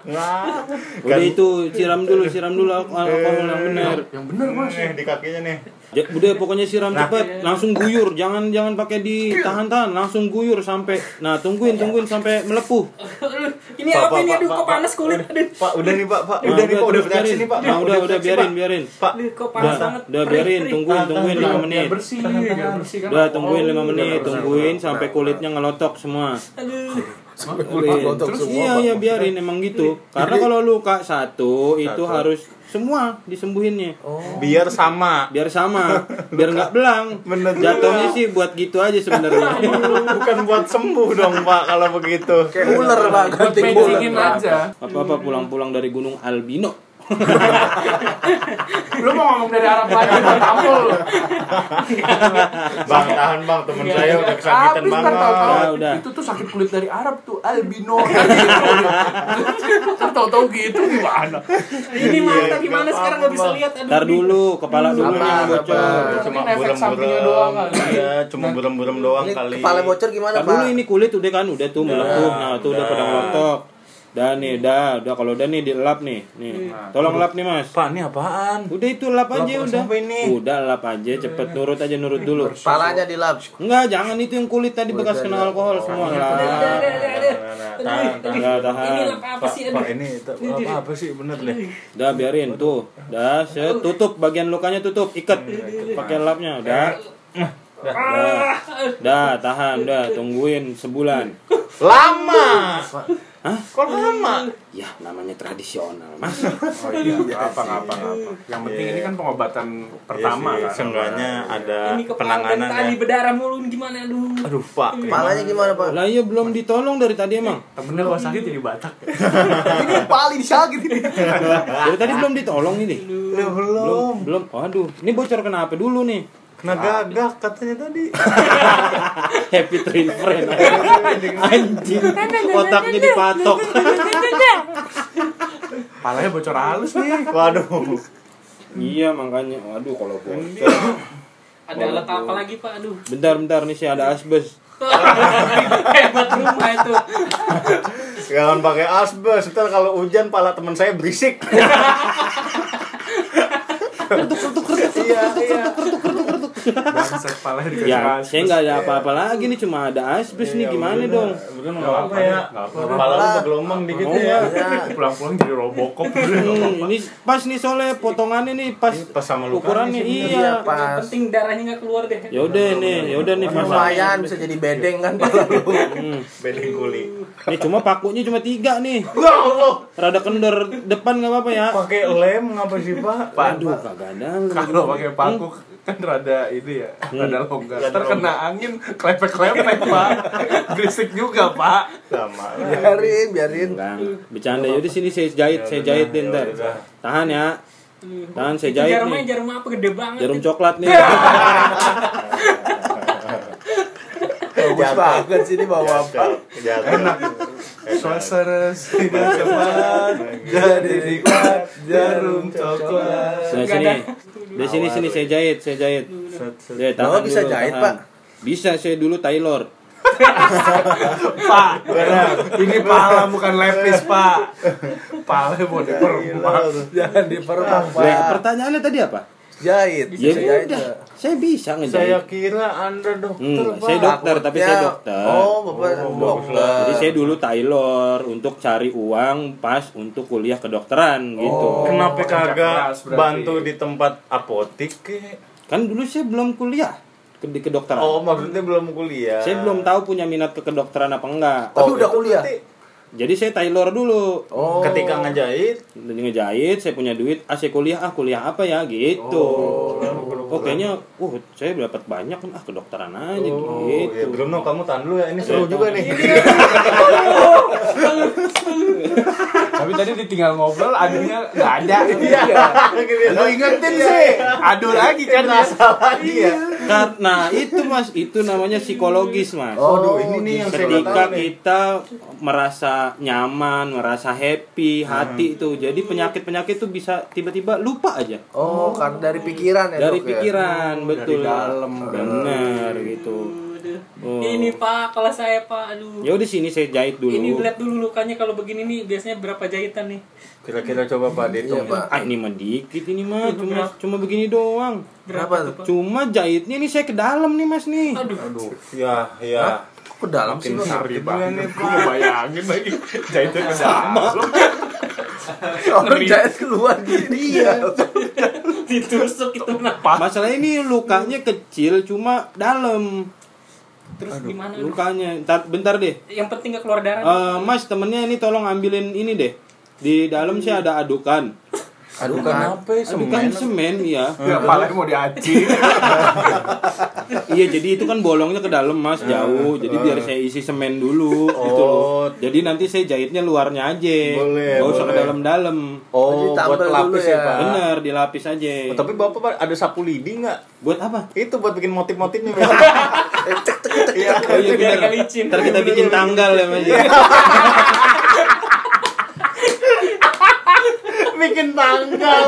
[SPEAKER 3] Nah,
[SPEAKER 5] Udah itu siram dulu, siram dulu alko- alkohol yang bener.
[SPEAKER 6] Yang bener Mas.
[SPEAKER 3] nih ya, di kakinya nih.
[SPEAKER 5] Ja- udah pokoknya siram
[SPEAKER 3] Nah.
[SPEAKER 5] cepet, langsung guyur, jangan jangan pakai ditahan-tahan, langsung guyur sampai nah tungguin tungguin sampai melepuh.
[SPEAKER 3] Eh,
[SPEAKER 4] Ini
[SPEAKER 3] Pak,
[SPEAKER 4] apa
[SPEAKER 3] Pak,
[SPEAKER 4] ini?
[SPEAKER 3] Pak,
[SPEAKER 4] Aduh,
[SPEAKER 3] Pak,
[SPEAKER 4] kok
[SPEAKER 3] Pak.
[SPEAKER 4] panas kulit. Aduh.
[SPEAKER 3] Pak, udah nih, Pak, Pak. Udah
[SPEAKER 5] Nah,
[SPEAKER 3] nih, Pak, udah
[SPEAKER 5] terus
[SPEAKER 3] biarin
[SPEAKER 5] biarin.
[SPEAKER 3] sini, Pak.
[SPEAKER 5] Nah, udah udah
[SPEAKER 3] biarin,
[SPEAKER 5] biarin
[SPEAKER 3] Pak.
[SPEAKER 5] biarin.
[SPEAKER 3] Pak,
[SPEAKER 4] Aduh, kok panas
[SPEAKER 5] Udah,
[SPEAKER 4] banget.
[SPEAKER 5] udah
[SPEAKER 4] Perih,
[SPEAKER 5] biarin,
[SPEAKER 4] perih.
[SPEAKER 5] tungguin, tungguin 5
[SPEAKER 6] Biar
[SPEAKER 5] menit.
[SPEAKER 6] bersih, biar bersih kan.
[SPEAKER 5] Udah tungguin
[SPEAKER 3] Oh.
[SPEAKER 5] 5 menit,
[SPEAKER 1] benar,
[SPEAKER 5] tungguin
[SPEAKER 1] benar,
[SPEAKER 5] sampai
[SPEAKER 1] benar.
[SPEAKER 5] kulitnya ngelotok semua.
[SPEAKER 4] Aduh.
[SPEAKER 5] Tungguin.
[SPEAKER 1] Ngelotok semua,
[SPEAKER 5] iya
[SPEAKER 1] Pak.
[SPEAKER 5] iya biarin emang gitu. Karena kalau luka satu itu harus semua disembuhinnya.
[SPEAKER 3] Oh. biar sama.
[SPEAKER 5] Biar sama, biar nggak belang.
[SPEAKER 3] Bener juga. ya.
[SPEAKER 5] Jatuhnya sih buat gitu aja sebenarnya.
[SPEAKER 3] Bukan buat sembuh dong, Pak, kalau begitu.
[SPEAKER 1] kayak ular pak
[SPEAKER 6] Buat
[SPEAKER 1] ganting ular
[SPEAKER 6] matchingin aja.
[SPEAKER 5] Apa-apa pulang-pulang dari Gunung Albino.
[SPEAKER 6] Lu mau ngomong dari Arab lagi mau tampil.
[SPEAKER 3] Bang, tahan, Bang. Temen saya udah kesakitan
[SPEAKER 6] Habis ntar
[SPEAKER 3] banget.
[SPEAKER 6] tahu-tahu
[SPEAKER 5] Ya, udah.
[SPEAKER 6] itu tuh sakit kulit dari Arab tuh albino. Ntar tahu-tahu gitu gimana?
[SPEAKER 4] Ini mata gimana
[SPEAKER 3] Iya, nggak
[SPEAKER 4] sekarang nggak bisa
[SPEAKER 3] apa-apa.
[SPEAKER 4] lihat. Aduh.
[SPEAKER 5] Ntar dulu, kepala dulu
[SPEAKER 1] Sabar,
[SPEAKER 5] yang bocor.
[SPEAKER 1] sabar.
[SPEAKER 3] Ya, Cuma
[SPEAKER 6] Mungkin efek sampingnya
[SPEAKER 3] burem-burem.
[SPEAKER 6] doang kali.
[SPEAKER 3] Iya, cuma burem-burem doang
[SPEAKER 1] Ini
[SPEAKER 3] kali.
[SPEAKER 1] kepala bocor gimana
[SPEAKER 5] Ntar
[SPEAKER 1] pak
[SPEAKER 5] Kan dulu ini kulit udah kan udah tuh melepuh.
[SPEAKER 3] Udah,
[SPEAKER 5] Nah, tuh udah
[SPEAKER 3] udah.
[SPEAKER 5] pada melepuh. Dan nih, dah, udah kalau udah nih dilap nih. Nih. Tolong lap nih, Mas.
[SPEAKER 3] Pak, ini apaan?
[SPEAKER 5] Udah itu lap aja
[SPEAKER 3] Lap
[SPEAKER 5] udah.
[SPEAKER 3] apa ini?
[SPEAKER 5] Udah lap aja cepet nurut aja nurut dulu.
[SPEAKER 1] kepalanya dilap
[SPEAKER 5] Enggak, jangan itu yang kulit tadi bekas kena alkohol semua lah.
[SPEAKER 4] Aduh, aduh, aduh, aduh.
[SPEAKER 3] Tahan, tahan.
[SPEAKER 5] Enggak
[SPEAKER 4] Ini
[SPEAKER 5] tahan.
[SPEAKER 4] apa, apa
[SPEAKER 3] Pak,
[SPEAKER 4] sih?
[SPEAKER 3] Pak,
[SPEAKER 4] Aduh.
[SPEAKER 3] ini itu- apa, apa sih bener deh.
[SPEAKER 5] Udah biarin tuh. Dah, set tutup bagian lukanya tutup, ikat. Pakai lapnya, udah. Dah. Dah, tahan, udah tungguin sebulan.
[SPEAKER 3] Lama. Kok lama?
[SPEAKER 5] Ya, namanya tradisional, Mas.
[SPEAKER 2] Oh iya, nggak apa nggak apa nggak apa. Yang penting ini kan pengobatan pertama
[SPEAKER 3] Iya sih,
[SPEAKER 2] kan.
[SPEAKER 3] seenggaknya ada
[SPEAKER 4] Ini kepala dari
[SPEAKER 3] penanganan
[SPEAKER 4] tadi
[SPEAKER 3] ya.
[SPEAKER 4] berdarah mulu ini gimana aduh.
[SPEAKER 3] Aduh, Pak.
[SPEAKER 1] kepalanya gimana pak
[SPEAKER 5] Lah iya belum ditolong dari tadi emang.
[SPEAKER 6] Bener kalau sakit jadi batak. ya.
[SPEAKER 1] ini paling sakit ini
[SPEAKER 5] Dari tadi belum ditolong ini.
[SPEAKER 3] Lah, belum.
[SPEAKER 5] Belum. Waduh, ini bocor kenapa dulu nih?
[SPEAKER 3] Kena gagak katanya tadi.
[SPEAKER 5] Happy train friend. Anjing. Otaknya dipatok.
[SPEAKER 6] Palanya bocor halus nih.
[SPEAKER 3] Waduh.
[SPEAKER 5] iya, makanya. Waduh, kalau bocor.
[SPEAKER 4] Ada alat apa lagi Pak? Aduh.
[SPEAKER 5] Bentar, bentar nih sih ada asbes.
[SPEAKER 4] Hebat rumah itu.
[SPEAKER 3] Jangan pakai asbes, ntar kalau hujan pala teman saya berisik. Iya, iya.
[SPEAKER 6] Bangsat palanya dikasih
[SPEAKER 5] Ya,
[SPEAKER 6] halus.
[SPEAKER 5] saya nggak ada apa-apa lagi nih, cuma ada asbes
[SPEAKER 3] Iya,
[SPEAKER 5] nih. Gimana dong?
[SPEAKER 3] Bukan enggak apa-apa ya.
[SPEAKER 6] Nggak apa-apa.
[SPEAKER 3] Kepala lu bergelombang dikit
[SPEAKER 5] Mau
[SPEAKER 3] ya.
[SPEAKER 5] nggak?
[SPEAKER 6] Pulang-pulang jadi robokop.
[SPEAKER 5] Hmm, ini pas nih soalnya potongannya nih pas
[SPEAKER 3] Pas sama lu.
[SPEAKER 5] ukurannya
[SPEAKER 1] iya
[SPEAKER 5] iya.
[SPEAKER 4] Yang
[SPEAKER 1] pas
[SPEAKER 4] penting darahnya nggak keluar deh.
[SPEAKER 5] Ya udah nih, ya udah nih pasang.
[SPEAKER 1] lumayan bisa jadi bedeng kan pala lu
[SPEAKER 3] Bedeng kuli.
[SPEAKER 5] Nih cuma pakunya cuma tiga nih.
[SPEAKER 3] Ya Allah,
[SPEAKER 5] Rada kendor depan nggak apa-apa ya.
[SPEAKER 3] pakai lem ngapa sih, Pak?
[SPEAKER 5] Aduh, kagak ada. lu.
[SPEAKER 6] Kalau pakai paku kan rada ini ya,
[SPEAKER 5] Hmm.
[SPEAKER 6] rada longgar. Ntar kena angin, klepek-klepek, Pak. Grisik juga, Pak.
[SPEAKER 3] Sama.
[SPEAKER 1] biarin biarin
[SPEAKER 5] Enggak, bercanda. Yaudah sini saya jahit, saya jahit deh ntar. Tahan ya. Tahan saya jahit
[SPEAKER 4] Jarumnya
[SPEAKER 5] nih.
[SPEAKER 4] Iya. jarum apa gede banget.
[SPEAKER 5] Jarum coklat nih.
[SPEAKER 1] bagus banget sih ini bawa apa
[SPEAKER 3] Iya, Enak.
[SPEAKER 6] Suasana
[SPEAKER 1] jadi nikmat jarum
[SPEAKER 6] coklat.
[SPEAKER 5] Nah, sini. Di sini sini saya jahit, saya jahit. Deh, tahan
[SPEAKER 1] Bapak bisa
[SPEAKER 5] dulu,
[SPEAKER 1] jahit,
[SPEAKER 5] tahan.
[SPEAKER 1] Pak?
[SPEAKER 5] Bisa saya dulu Taylor.
[SPEAKER 6] Pak, ini pala bukan lepis, Pak. Pala mau dipermak.
[SPEAKER 3] iya.
[SPEAKER 1] jangan dipermak
[SPEAKER 5] Deh,
[SPEAKER 1] pak
[SPEAKER 5] pertanyaannya tadi apa?
[SPEAKER 1] Jahit.
[SPEAKER 5] Ya
[SPEAKER 1] Nah, bisa jahit
[SPEAKER 5] udah,
[SPEAKER 1] nggak?
[SPEAKER 5] saya bisa
[SPEAKER 3] Saya
[SPEAKER 5] ngejahit.
[SPEAKER 3] kira Anda dokter,
[SPEAKER 5] Hmm,
[SPEAKER 3] Pak.
[SPEAKER 5] saya dokter, tapi saya
[SPEAKER 1] Ya,
[SPEAKER 5] dokter.
[SPEAKER 1] Oh, bapak dokter.
[SPEAKER 5] Jadi saya dulu tailor untuk cari uang pas untuk kuliah kedokteran gitu.
[SPEAKER 3] Kenapa kagak
[SPEAKER 6] Oh, keras berarti.
[SPEAKER 3] bantu di tempat apotik? kek?
[SPEAKER 5] Kan dulu saya belum kuliah ke di kedokteran.
[SPEAKER 3] Oh, iya. maksudnya belum kuliah. Oh,
[SPEAKER 5] Saya belum tahu punya minat ke kedokteran apa enggak.
[SPEAKER 1] Tapi udah
[SPEAKER 3] itu
[SPEAKER 1] kuliah.
[SPEAKER 3] berarti
[SPEAKER 5] Jadi saya tailor dulu.
[SPEAKER 1] Oh.
[SPEAKER 3] Ketika ngejahit,
[SPEAKER 5] Dan ngejahit, saya punya duit, ah saya kuliah, ah kuliah apa ya gitu.
[SPEAKER 3] iya,
[SPEAKER 5] Oh, kayaknya, uh saya dapat banyak kan, ah kedokteran aja
[SPEAKER 3] Oh,
[SPEAKER 5] gitu.
[SPEAKER 3] ya, Bruno kamu tahan dulu ya. Ini seru Iya. juga nih.
[SPEAKER 6] Tapi tadi ditinggal ngobrol, adunya nggak ada.
[SPEAKER 3] Lu ingetin sih.
[SPEAKER 6] Adu lagi kan ya.
[SPEAKER 5] Karena itu mas, itu namanya psikologis mas.
[SPEAKER 1] Oh,
[SPEAKER 3] Aduh, ini nih Oh, yang saya nggak
[SPEAKER 5] Ketika
[SPEAKER 3] tahu nih.
[SPEAKER 5] kita merasa nyaman, merasa
[SPEAKER 3] Hmm.
[SPEAKER 5] happy, hati itu, jadi penyakit-penyakit itu bisa tiba-tiba lupa aja
[SPEAKER 1] Oh, karena dari pikiran ya.
[SPEAKER 5] dari
[SPEAKER 1] Dok, ya?
[SPEAKER 5] pikiran, betul.
[SPEAKER 6] dalam.
[SPEAKER 5] Benar gitu.
[SPEAKER 4] Aduh.
[SPEAKER 5] Oh.
[SPEAKER 4] Ini pak, kalau saya pak, aduh.
[SPEAKER 5] Ya udah sini saya jahit dulu.
[SPEAKER 4] Ini lihat dulu lukanya kalau begini nih biasanya berapa jahitan nih?
[SPEAKER 3] Kira-kira coba Pak dihitung.
[SPEAKER 1] Iya, Pak.
[SPEAKER 5] Ah ini mah dikit ini mah cuma cuma begini doang.
[SPEAKER 1] Kenapa tuh?
[SPEAKER 5] Cuma jahitnya ini saya ke dalam nih mas nih.
[SPEAKER 4] Aduh.
[SPEAKER 3] Aduh, ya, ya.
[SPEAKER 5] Iya.
[SPEAKER 1] Kok ke dalam sih?
[SPEAKER 2] Makin
[SPEAKER 1] Dok?
[SPEAKER 2] seri banget. Gue mau bayangin lagi. Jahitnya ke dalam.
[SPEAKER 1] Orang jahit keluar gini ya.
[SPEAKER 4] Ditusuk itu nah.
[SPEAKER 5] Masalah ini lukanya kecil cuma dalam
[SPEAKER 4] Terus gimana? aduh?
[SPEAKER 5] lukanya. Ntar, bentar deh.
[SPEAKER 4] Yang penting gak keluar darah.
[SPEAKER 5] Eh, mas temennya ini tolong ambilin ini deh. Di dalam sih ada adukan.
[SPEAKER 1] Aduh, kan.
[SPEAKER 3] Apa ya,
[SPEAKER 5] Adukan semen iya.
[SPEAKER 6] Ya, palanya mau diaci.
[SPEAKER 5] iya jadi itu kan bolongnya ke dalam mas jauh. Jadi biar saya isi semen dulu gitu loh.
[SPEAKER 3] Ah, Oh.
[SPEAKER 5] Jadi nanti saya jahitnya luarnya aja.
[SPEAKER 3] Boleh,
[SPEAKER 5] Gak usah ke
[SPEAKER 3] boleh.
[SPEAKER 5] dalam-dalam.
[SPEAKER 1] Jadi
[SPEAKER 3] Oh, buat
[SPEAKER 1] tampil dulu
[SPEAKER 3] pelapis ya,
[SPEAKER 1] ya.
[SPEAKER 3] Pak.
[SPEAKER 5] Bener dilapis aja.
[SPEAKER 3] Oh, Tapi Bapak Pak, ada sapu lidi nggak?
[SPEAKER 5] Buat apa?
[SPEAKER 3] Itu buat bikin motif-motifnya. Pak. Iya.
[SPEAKER 5] Oh iya
[SPEAKER 4] Biar
[SPEAKER 5] bener.
[SPEAKER 4] nggak licin.
[SPEAKER 5] Ntar kita bikin tanggal ya Mas.
[SPEAKER 3] bikin tanggal.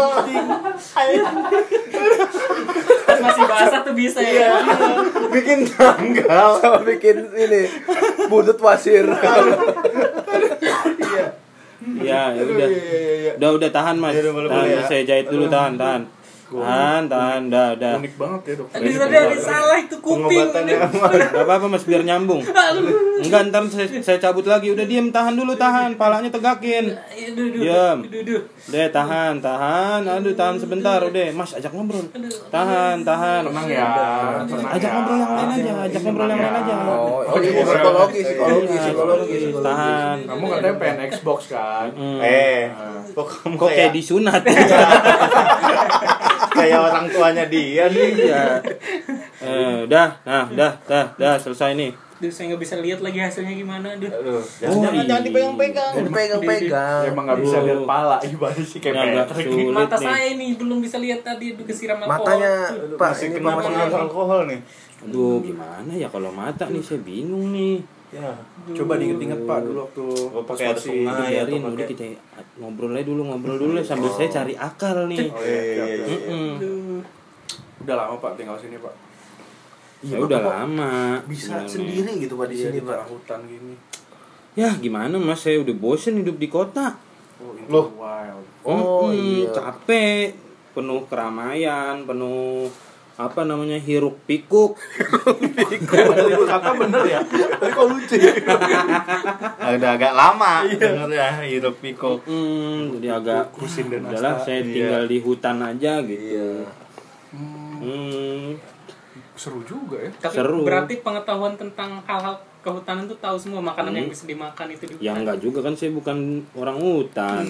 [SPEAKER 4] Pas masih basah tuh bisa
[SPEAKER 5] Iya.
[SPEAKER 4] ya.
[SPEAKER 3] bikin tanggal.
[SPEAKER 1] Sama bikin ini butut wasir.
[SPEAKER 5] Ya, ya udah.
[SPEAKER 3] Iya, iya, iya.
[SPEAKER 5] Udah udah tahan Mas.
[SPEAKER 3] Ya udah, boleh,
[SPEAKER 5] Tahan
[SPEAKER 3] boleh,
[SPEAKER 5] Mas.
[SPEAKER 3] ya.
[SPEAKER 5] saya jahit dulu tahan tahan. Tahan tahan dah dah.
[SPEAKER 2] Unik banget ya dokter.
[SPEAKER 4] Aduh, tadi ada salah itu kuping.
[SPEAKER 3] Pengobatannya
[SPEAKER 4] Aduh.
[SPEAKER 3] apa?
[SPEAKER 5] Gak apa-apa Mas biar nyambung. Enggak ntar saya, saya cabut lagi. Udah diem tahan dulu tahan. Palanya tegakin.
[SPEAKER 4] Aduh, aduh,
[SPEAKER 5] Diam.
[SPEAKER 4] aduh, aduh.
[SPEAKER 5] Udah tahan tahan. Aduh tahan sebentar udah. Mas ajak ngobrol. Tahan tahan.
[SPEAKER 6] Tenang ya. tenang
[SPEAKER 5] Ajak
[SPEAKER 6] ya.
[SPEAKER 5] ngobrol yang lain aja. Ajak ngobrol yang lain aja.
[SPEAKER 1] Oh, oh ini psikologi, psikologi, psikologi,
[SPEAKER 5] Iya, psikologis,
[SPEAKER 1] psikologi.
[SPEAKER 5] Tahan.
[SPEAKER 6] Kamu katanya pengen Xbox kan?
[SPEAKER 5] Hmm.
[SPEAKER 3] Eh, kok kamu
[SPEAKER 5] Kok kayak
[SPEAKER 3] kayak
[SPEAKER 5] disunat?
[SPEAKER 3] kayak orang tuanya dia nih.
[SPEAKER 5] Iya. Eh, udah, nah, udah, dah, dah selesai nih.
[SPEAKER 4] Aduh, saya nggak bisa lihat lagi hasilnya gimana. Aduh.
[SPEAKER 3] Aduh,
[SPEAKER 5] Oh,
[SPEAKER 3] jangan jangan
[SPEAKER 5] iya.
[SPEAKER 3] dipegang-pegang.
[SPEAKER 1] Ini pegang-pegang.
[SPEAKER 6] Emang nggak bisa lihat pala, ibarat sih kayak
[SPEAKER 5] Nah, agak
[SPEAKER 6] Patrick.
[SPEAKER 5] sulit
[SPEAKER 4] Mata
[SPEAKER 5] nih.
[SPEAKER 4] saya ini belum bisa lihat tadi aduh kesiram alkohol.
[SPEAKER 1] Matanya,
[SPEAKER 4] Aduh.
[SPEAKER 1] Pak,
[SPEAKER 3] Masih
[SPEAKER 1] ini Pak
[SPEAKER 3] kena
[SPEAKER 1] masih
[SPEAKER 3] pengaruh alkohol nih.
[SPEAKER 5] Aduh, gimana ya kalau mata nih saya bingung nih.
[SPEAKER 3] Ya,
[SPEAKER 1] Coba diinget-inget Pak dulu waktu
[SPEAKER 3] gua pakai ya, air sungai atau
[SPEAKER 5] Biarin udah
[SPEAKER 3] pakai.
[SPEAKER 5] kita ngobrol aja dulu, ngobrol dulu ya, sambil saya cari akal nih.
[SPEAKER 3] Oh, iya, iya, iya.
[SPEAKER 5] Mm-mm.
[SPEAKER 4] Aduh.
[SPEAKER 6] Udah lama Pak tinggal sini Pak.
[SPEAKER 5] Ya udah lama.
[SPEAKER 1] bisa
[SPEAKER 5] sebenarnya.
[SPEAKER 1] sendiri gitu Pak di
[SPEAKER 6] Iya,
[SPEAKER 1] sini
[SPEAKER 6] tengah
[SPEAKER 1] Pak.
[SPEAKER 6] hutan gini.
[SPEAKER 5] Ya gimana mas, saya udah bosen hidup di kota.
[SPEAKER 6] Oh, ini
[SPEAKER 3] Loh.
[SPEAKER 6] wild.
[SPEAKER 1] Oh,
[SPEAKER 5] Mm-mm,
[SPEAKER 1] iya.
[SPEAKER 5] Capek, penuh keramaian, penuh apa namanya hiruk pikuk.
[SPEAKER 6] Padahal itu kata bener ya. Tapi kok lucu ya?
[SPEAKER 3] Ah, Udah agak lama
[SPEAKER 2] Iya.
[SPEAKER 3] denger ya hidup pikuk.
[SPEAKER 5] Hmm, jadi agak
[SPEAKER 6] Kusin dan
[SPEAKER 5] adalah
[SPEAKER 6] Asta.
[SPEAKER 3] Iya.
[SPEAKER 5] saya tinggal di hutan aja gitu. Hmm.
[SPEAKER 6] Seru juga ya.
[SPEAKER 4] Tapi
[SPEAKER 5] Seru.
[SPEAKER 4] berarti pengetahuan tentang hal-hal kehutanan tuh tahu semua makanan yang bisa dimakan itu di
[SPEAKER 5] Ya
[SPEAKER 4] hutan.
[SPEAKER 5] enggak juga kan saya bukan orang hutan.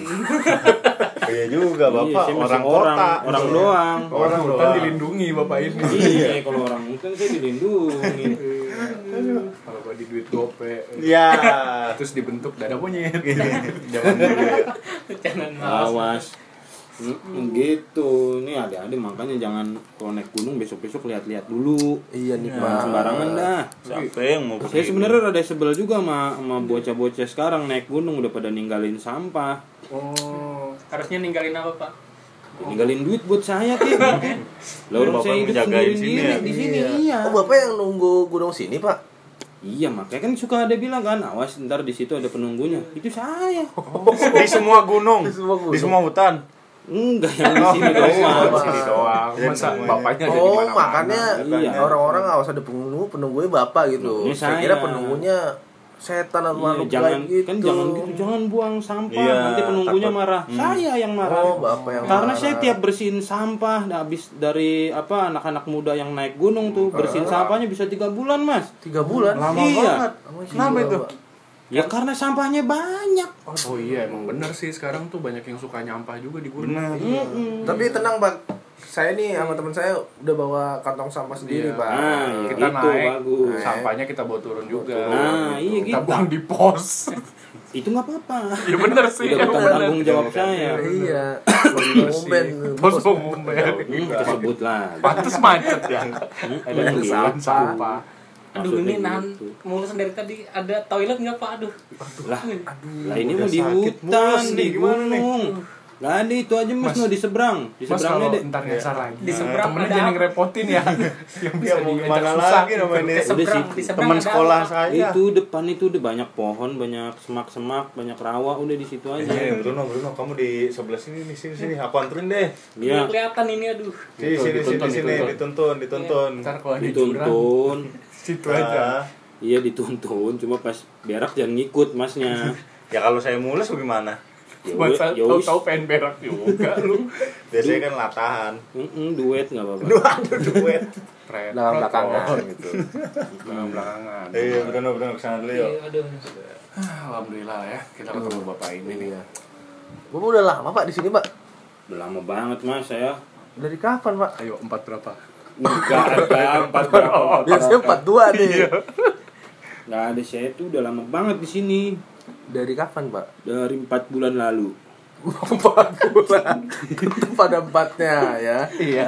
[SPEAKER 3] Iya juga
[SPEAKER 5] Iya,
[SPEAKER 3] Bapak,
[SPEAKER 5] saya masih
[SPEAKER 3] orang kota.
[SPEAKER 5] orang doang.
[SPEAKER 6] Orang hutan
[SPEAKER 3] doang.
[SPEAKER 6] dilindungi Bapak ini.
[SPEAKER 5] Iya, kalau orang hutan saya dilindungi.
[SPEAKER 6] Kalau gua di duit gope
[SPEAKER 3] Ya.
[SPEAKER 6] terus dibentuk dada monyet.
[SPEAKER 3] Jangan dulu.
[SPEAKER 4] Jangan malas.
[SPEAKER 5] Ah, Awas. Mm, gitu. Ini adik-adik makanya jangan kalau naik gunung besok-besok lihat-lihat dulu.
[SPEAKER 1] Iya nih
[SPEAKER 3] Nah.
[SPEAKER 5] Jangan sembarangan dah.
[SPEAKER 3] Siapa yang mau
[SPEAKER 5] Saya sebenarnya rada sebel juga sama sama bocah-bocah sekarang naik gunung udah pada ninggalin sampah.
[SPEAKER 4] Harusnya ninggalin apa, Pak?
[SPEAKER 5] Ya, ninggalin duit buat saya Ki. Lah orang
[SPEAKER 3] Bapak
[SPEAKER 5] saya hidup
[SPEAKER 3] menjagain
[SPEAKER 5] sendiri
[SPEAKER 3] sini ya?
[SPEAKER 5] di sini iya.
[SPEAKER 1] Oh, Bapak yang nunggu gunung sini, Pak.
[SPEAKER 5] Iya makanya kan suka ada bilang kan awas ntar di situ ada penunggunya itu saya
[SPEAKER 3] di semua gunung, di semua hutan.
[SPEAKER 5] Enggak yang di sini doang.
[SPEAKER 2] Di sini doang. Masa
[SPEAKER 3] Semuanya.
[SPEAKER 2] bapaknya jadi
[SPEAKER 1] Oh,
[SPEAKER 2] mana-mana.
[SPEAKER 1] makanya
[SPEAKER 5] Iya.
[SPEAKER 1] orang-orang awas ada penunggu, penunggunya bapak gitu.
[SPEAKER 5] Penunggunya
[SPEAKER 1] Saya
[SPEAKER 5] saya.
[SPEAKER 1] kira penunggunya setan atau
[SPEAKER 5] Iya,
[SPEAKER 1] makhluk
[SPEAKER 5] jangan
[SPEAKER 1] lain gitu.
[SPEAKER 5] kan jangan gitu, jangan buang sampah
[SPEAKER 3] Iya,
[SPEAKER 5] nanti penunggunya
[SPEAKER 3] takut.
[SPEAKER 5] marah. Saya yang marah.
[SPEAKER 1] Oh, bapak yang
[SPEAKER 5] Karena
[SPEAKER 1] marah.
[SPEAKER 5] saya tiap bersihin sampah nah, habis dari apa anak-anak muda yang naik gunung tuh
[SPEAKER 1] Ah.
[SPEAKER 5] bersihin sampahnya bisa tiga bulan mas.
[SPEAKER 1] tiga bulan.
[SPEAKER 5] Lama
[SPEAKER 1] iya.
[SPEAKER 5] banget.
[SPEAKER 1] Kenapa itu?
[SPEAKER 5] Ya
[SPEAKER 1] Kan
[SPEAKER 5] karena sampahnya banyak.
[SPEAKER 6] Oh iya emang bener sih sekarang tuh banyak yang suka nyampah juga di Iya. gunung.
[SPEAKER 5] Mm-mm.
[SPEAKER 1] Tapi tenang, Pak. Saya nih sama teman saya udah bawa kantong sampah sendiri,
[SPEAKER 6] Iya.
[SPEAKER 1] Pak.
[SPEAKER 5] Nah, ya
[SPEAKER 6] Kita
[SPEAKER 5] itu
[SPEAKER 6] naik.
[SPEAKER 5] bagus.
[SPEAKER 6] Sampahnya kita bawa turun juga.
[SPEAKER 5] Nah, iya
[SPEAKER 6] Kita
[SPEAKER 5] gitu.
[SPEAKER 6] buang di pos.
[SPEAKER 5] Itu nggak apa-apa.
[SPEAKER 6] ya bener sih.
[SPEAKER 5] Udah bukan
[SPEAKER 6] emang bener.
[SPEAKER 5] tanggung jawab saya.
[SPEAKER 1] Iya. Ngomben.
[SPEAKER 6] Pos pengumben.
[SPEAKER 5] Hmm, kita sebut lah.
[SPEAKER 6] Pantes macet ya. Ada
[SPEAKER 5] Iya.
[SPEAKER 6] tulisan sampah.
[SPEAKER 4] Aduh
[SPEAKER 5] Maksudnya
[SPEAKER 4] ini nahan
[SPEAKER 5] gitu.
[SPEAKER 4] mulus dari tadi ada toilet nggak pak? Aduh.
[SPEAKER 5] Lah,
[SPEAKER 1] Aduh.
[SPEAKER 5] lah ini
[SPEAKER 3] udah
[SPEAKER 5] mau di
[SPEAKER 3] sakit
[SPEAKER 5] hutan,
[SPEAKER 3] mulus
[SPEAKER 5] di
[SPEAKER 3] nih, gimana nih?
[SPEAKER 5] gunung. Lah ada itu aja mas,
[SPEAKER 6] Mas-
[SPEAKER 5] no di seberang, di
[SPEAKER 6] Mas
[SPEAKER 5] seberangnya
[SPEAKER 6] kalau
[SPEAKER 5] deh.
[SPEAKER 6] ntar nyasar lagi.
[SPEAKER 4] Di seberang
[SPEAKER 6] temennya
[SPEAKER 4] ada
[SPEAKER 6] jangan
[SPEAKER 4] apa?
[SPEAKER 6] ngerepotin ya. yang bisa
[SPEAKER 3] Ya mau
[SPEAKER 6] diajak
[SPEAKER 3] gimana
[SPEAKER 6] susah gitu.
[SPEAKER 3] lagi namanya
[SPEAKER 5] Eh, Udah sih,
[SPEAKER 4] Seberang, di seberang
[SPEAKER 3] teman
[SPEAKER 4] ada
[SPEAKER 3] sekolah
[SPEAKER 4] apa?
[SPEAKER 3] saya.
[SPEAKER 5] Itu depan itu udah banyak pohon, banyak semak-semak, banyak rawa, udah di situ aja.
[SPEAKER 3] Ini Iya, Bruno, Bruno, kamu di sebelah sini nih, sini sini, aku anterin deh.
[SPEAKER 4] Nggak
[SPEAKER 5] Iya,
[SPEAKER 4] kelihatan ini aduh.
[SPEAKER 3] Sini sini sini
[SPEAKER 2] dituntun,
[SPEAKER 3] sini
[SPEAKER 2] dituntun.
[SPEAKER 3] dituntun, dituntun.
[SPEAKER 6] Ntar kalau ada jurang,
[SPEAKER 5] dituntun.
[SPEAKER 6] situ aja.
[SPEAKER 3] Nah,
[SPEAKER 5] Iya dituntun, cuma pas berak jangan ngikut masnya.
[SPEAKER 3] ya kalau saya mulus gimana?
[SPEAKER 5] Ya
[SPEAKER 6] Mas
[SPEAKER 5] udah, ya wis.
[SPEAKER 6] tahu-tahu pengen berak juga lu.
[SPEAKER 3] Biasanya kan latahan.
[SPEAKER 5] Mm-mm, duet nggak apa-apa.
[SPEAKER 3] Duh, aduh duet.
[SPEAKER 1] Nah,
[SPEAKER 6] Dalam
[SPEAKER 1] belakangan gitu.
[SPEAKER 6] belakangan.
[SPEAKER 3] Iya, Bruno, Bruno kesana dulu yuk.
[SPEAKER 4] Iya, aduh.
[SPEAKER 6] Alhamdulillah ya, kita ketemu bapak ini nih.
[SPEAKER 1] Iya. Bapak udah lama, Pak, di sini, Pak.
[SPEAKER 5] Udah lama banget mas saya.
[SPEAKER 1] Dari kapan, Pak?
[SPEAKER 6] Ayo empat berapa?
[SPEAKER 5] Enggak ada empat berapa.
[SPEAKER 1] Biasanya 42 nih.
[SPEAKER 5] Nggak ada saya tuh udah lama banget di sini
[SPEAKER 1] Dari kapan, Pak?
[SPEAKER 5] dari empat bulan lalu.
[SPEAKER 1] empat bulan Tetep pada empatnya ya iya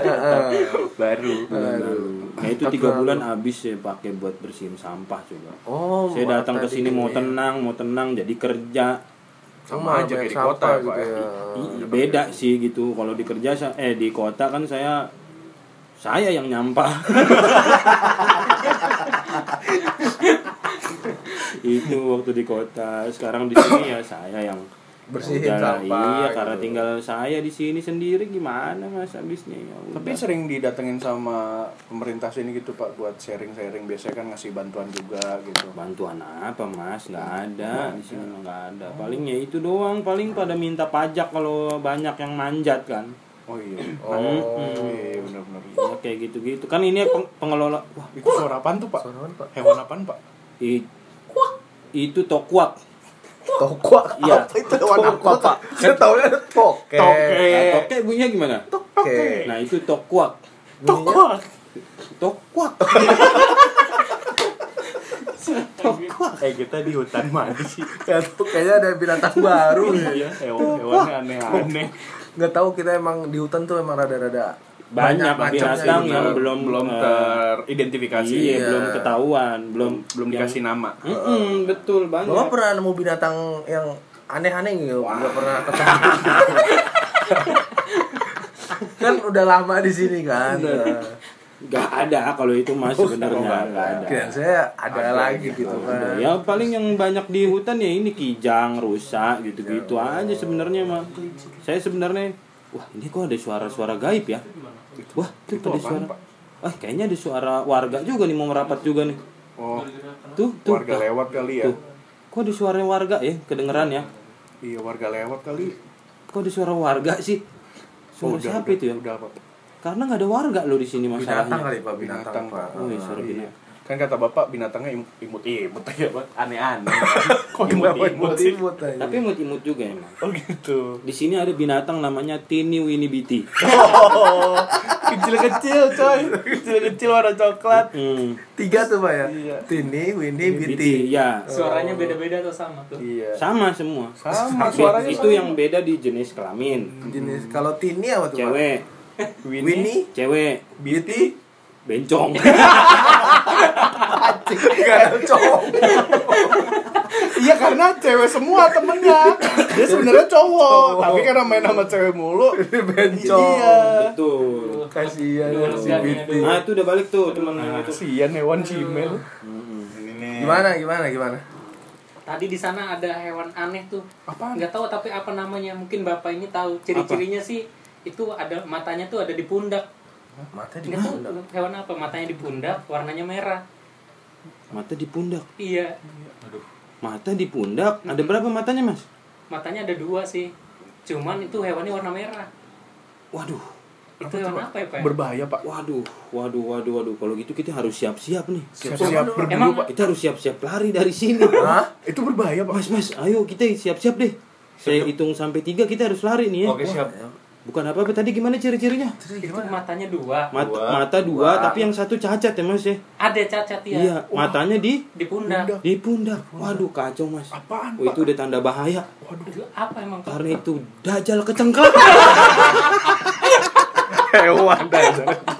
[SPEAKER 6] Baru.
[SPEAKER 5] Bulan lalu. Nah itu
[SPEAKER 1] Empat
[SPEAKER 5] tiga
[SPEAKER 1] lalu.
[SPEAKER 5] bulan habis saya pakai buat bersihin sampah coba.
[SPEAKER 1] oh
[SPEAKER 5] Saya datang ke
[SPEAKER 1] tadi
[SPEAKER 5] sini mau
[SPEAKER 1] ini.
[SPEAKER 5] tenang, mau tenang jadi kerja.
[SPEAKER 1] Cuma
[SPEAKER 6] Sama aja kayak
[SPEAKER 1] banyak
[SPEAKER 6] di kota
[SPEAKER 1] sampah
[SPEAKER 6] ya, Pak.
[SPEAKER 1] gitu
[SPEAKER 6] ya.
[SPEAKER 5] I- beda sih gitu kalau di kerja sa- eh di kota kan saya saya yang nyampah itu waktu di kota sekarang di sini ya saya yang
[SPEAKER 1] Bersihin
[SPEAKER 5] Ya udahlah,
[SPEAKER 1] sampah
[SPEAKER 5] iya
[SPEAKER 1] gitu.
[SPEAKER 5] karena tinggal saya di sini sendiri gimana mas abisnya ya udah.
[SPEAKER 6] Tapi sering didatengin sama pemerintah sini gitu Pak buat sharing-sharing biasanya kan ngasih bantuan juga gitu.
[SPEAKER 5] bantuan apa mas nggak ada di sini mah nggak ada palingnya itu doang paling pada minta pajak kalau banyak yang manjat kan
[SPEAKER 6] Oh iya.
[SPEAKER 5] Mm-mm.
[SPEAKER 6] iya benar-benar.
[SPEAKER 5] Ya, kayak gitu-gitu kan ini peng- pengelola wah
[SPEAKER 6] Itu suara apaan tuh Pak?
[SPEAKER 1] Suara apaan, Pak?
[SPEAKER 6] Hewan apaan Pak?
[SPEAKER 5] I- itu tokuak
[SPEAKER 1] tokwa
[SPEAKER 5] Iya.
[SPEAKER 1] apa itu warna apa pak saya taunya ada toke
[SPEAKER 5] Nah, tokek bunyinya gimana
[SPEAKER 1] toke
[SPEAKER 5] nah itu tokuak
[SPEAKER 6] Tokwa.
[SPEAKER 5] tokuak
[SPEAKER 3] Eh, kita di hutan mana sih?
[SPEAKER 1] ya tuh kayaknya ada binatang baru ya
[SPEAKER 3] Iya.
[SPEAKER 6] Hewan-hewan aneh-aneh.
[SPEAKER 1] nggak tahu kita emang di hutan tuh emang rada-rada
[SPEAKER 5] banyak
[SPEAKER 1] macamnya
[SPEAKER 5] binatang
[SPEAKER 1] gitu.
[SPEAKER 5] yang belum
[SPEAKER 6] belum
[SPEAKER 5] eh,
[SPEAKER 6] teridentifikasi.
[SPEAKER 5] iya,
[SPEAKER 1] Iya.
[SPEAKER 5] belum ketahuan belum
[SPEAKER 6] Belum
[SPEAKER 5] yang-
[SPEAKER 6] dikasih nama.
[SPEAKER 5] Mm-mm, betul banyak
[SPEAKER 1] Bapak pernah nemu binatang yang aneh-aneh gitu nggak pernah ketemu kan udah lama di sini kan
[SPEAKER 5] nggak ada kalau itu mas sebenarnya nggak ada
[SPEAKER 1] Kira saya ada, lagi gitu kan
[SPEAKER 5] ya paling yang banyak di hutan ya ini kijang rusak
[SPEAKER 6] Ya
[SPEAKER 5] gitu-gitu aja sebenarnya mah saya sebenarnya wah ini kok ada suara-suara gaib ya wah itu ada suara ah kayaknya ada suara warga juga nih mau merapat juga nih
[SPEAKER 6] Oh,
[SPEAKER 5] tuh tuh lah,
[SPEAKER 6] warga lewat kali ya.
[SPEAKER 5] tuh kok ada suara warga ya kedengeran ya
[SPEAKER 6] Iya, warga lewat kali.
[SPEAKER 5] kok ada suara warga sih suara
[SPEAKER 6] Oh, udah,
[SPEAKER 5] siapa
[SPEAKER 6] udah,
[SPEAKER 5] itu ya
[SPEAKER 6] Udah Pak.
[SPEAKER 5] karena nggak ada warga loh di sini
[SPEAKER 1] binatang
[SPEAKER 5] masalahnya
[SPEAKER 1] kali pak binatang,
[SPEAKER 6] Binatang, ya?
[SPEAKER 1] pak
[SPEAKER 6] Pak.
[SPEAKER 5] oh iya, suara binatang
[SPEAKER 6] Kan kata bapak binatangnya im- imut-imut aja pak Aneh-aneh Kok imut-imut sih?
[SPEAKER 1] imut aja.
[SPEAKER 5] tapi imut-imut juga emang
[SPEAKER 6] Oh gitu
[SPEAKER 5] di sini ada binatang namanya tini winnie biti
[SPEAKER 6] Kecil-kecil coy Kecil-kecil warna coklat
[SPEAKER 5] hmm.
[SPEAKER 1] tiga tuh pak ya tini winnie
[SPEAKER 5] biti
[SPEAKER 1] biti
[SPEAKER 5] ya
[SPEAKER 4] Suaranya beda-beda atau sama?
[SPEAKER 6] Gitu. Iya
[SPEAKER 5] sama semua
[SPEAKER 6] Sama
[SPEAKER 5] Be-
[SPEAKER 6] suaranya
[SPEAKER 5] itu yang beda di jenis kelamin
[SPEAKER 1] jenis kalau tini apa tuh pak
[SPEAKER 5] cewek
[SPEAKER 1] winnie
[SPEAKER 5] cewek
[SPEAKER 1] biti
[SPEAKER 5] bencong
[SPEAKER 6] Iya.
[SPEAKER 1] Gak ada cowok
[SPEAKER 6] Iya karena cewek semua temennya Dia sebenarnya cowok Tapi karena main sama cewek mulu
[SPEAKER 1] bencong
[SPEAKER 6] Iya
[SPEAKER 5] betul
[SPEAKER 1] kasihan
[SPEAKER 5] Iya,
[SPEAKER 1] ya si
[SPEAKER 4] Kasihan ya,
[SPEAKER 1] biti
[SPEAKER 5] nah itu udah balik
[SPEAKER 6] Nah,
[SPEAKER 5] tuh temen itu
[SPEAKER 6] Kasian hewan cimel
[SPEAKER 3] Ini nih.
[SPEAKER 1] gimana gimana gimana
[SPEAKER 4] Tadi di sana ada hewan aneh tuh.
[SPEAKER 6] Apaan?
[SPEAKER 4] Nggak tahu tapi apa namanya. Mungkin bapak ini tahu. Ciri-cirinya sih itu ada matanya tuh ada di pundak.
[SPEAKER 1] Mata di
[SPEAKER 4] Nggak tahu
[SPEAKER 6] kan
[SPEAKER 1] pundak.
[SPEAKER 4] hewan apa. Matanya di pundak, warnanya merah.
[SPEAKER 5] Mata di pundak.
[SPEAKER 4] Iya,
[SPEAKER 5] Mata di pundak. Ada berapa matanya, Mas?
[SPEAKER 4] matanya ada dua sih. Cuman itu hewannya warna merah.
[SPEAKER 5] Waduh.
[SPEAKER 4] Itu hewan apa ya, Pak?
[SPEAKER 1] Berbahaya, Pak.
[SPEAKER 5] Waduh, waduh, waduh, waduh. Kalau gitu kita harus siap-siap nih.
[SPEAKER 1] Siap-siap
[SPEAKER 4] Emang
[SPEAKER 1] berburu, Pak.
[SPEAKER 5] Kita harus siap-siap lari dari sini.
[SPEAKER 1] Hah? Itu berbahaya, Pak.
[SPEAKER 5] Mas, mas, ayo kita siap-siap deh. Saya hitung sampai tiga kita harus lari nih ya.
[SPEAKER 2] Oke siap.
[SPEAKER 5] Bukan apa-apa tadi gimana ciri-cirinya?
[SPEAKER 4] itu matanya dua.
[SPEAKER 5] Mata
[SPEAKER 2] Dua.
[SPEAKER 5] mata dua, tapi yang satu cacat ya mas ya.
[SPEAKER 4] Ada cacat ya.
[SPEAKER 5] Iya, matanya di
[SPEAKER 4] Di pundak.
[SPEAKER 5] di pundak. Waduh kacau mas.
[SPEAKER 1] Apaan,
[SPEAKER 5] Oh, itu udah tanda bahaya.
[SPEAKER 4] Itu apa emang, Pak?
[SPEAKER 5] Karena itu dajal kecengklak.
[SPEAKER 1] Hewan dah.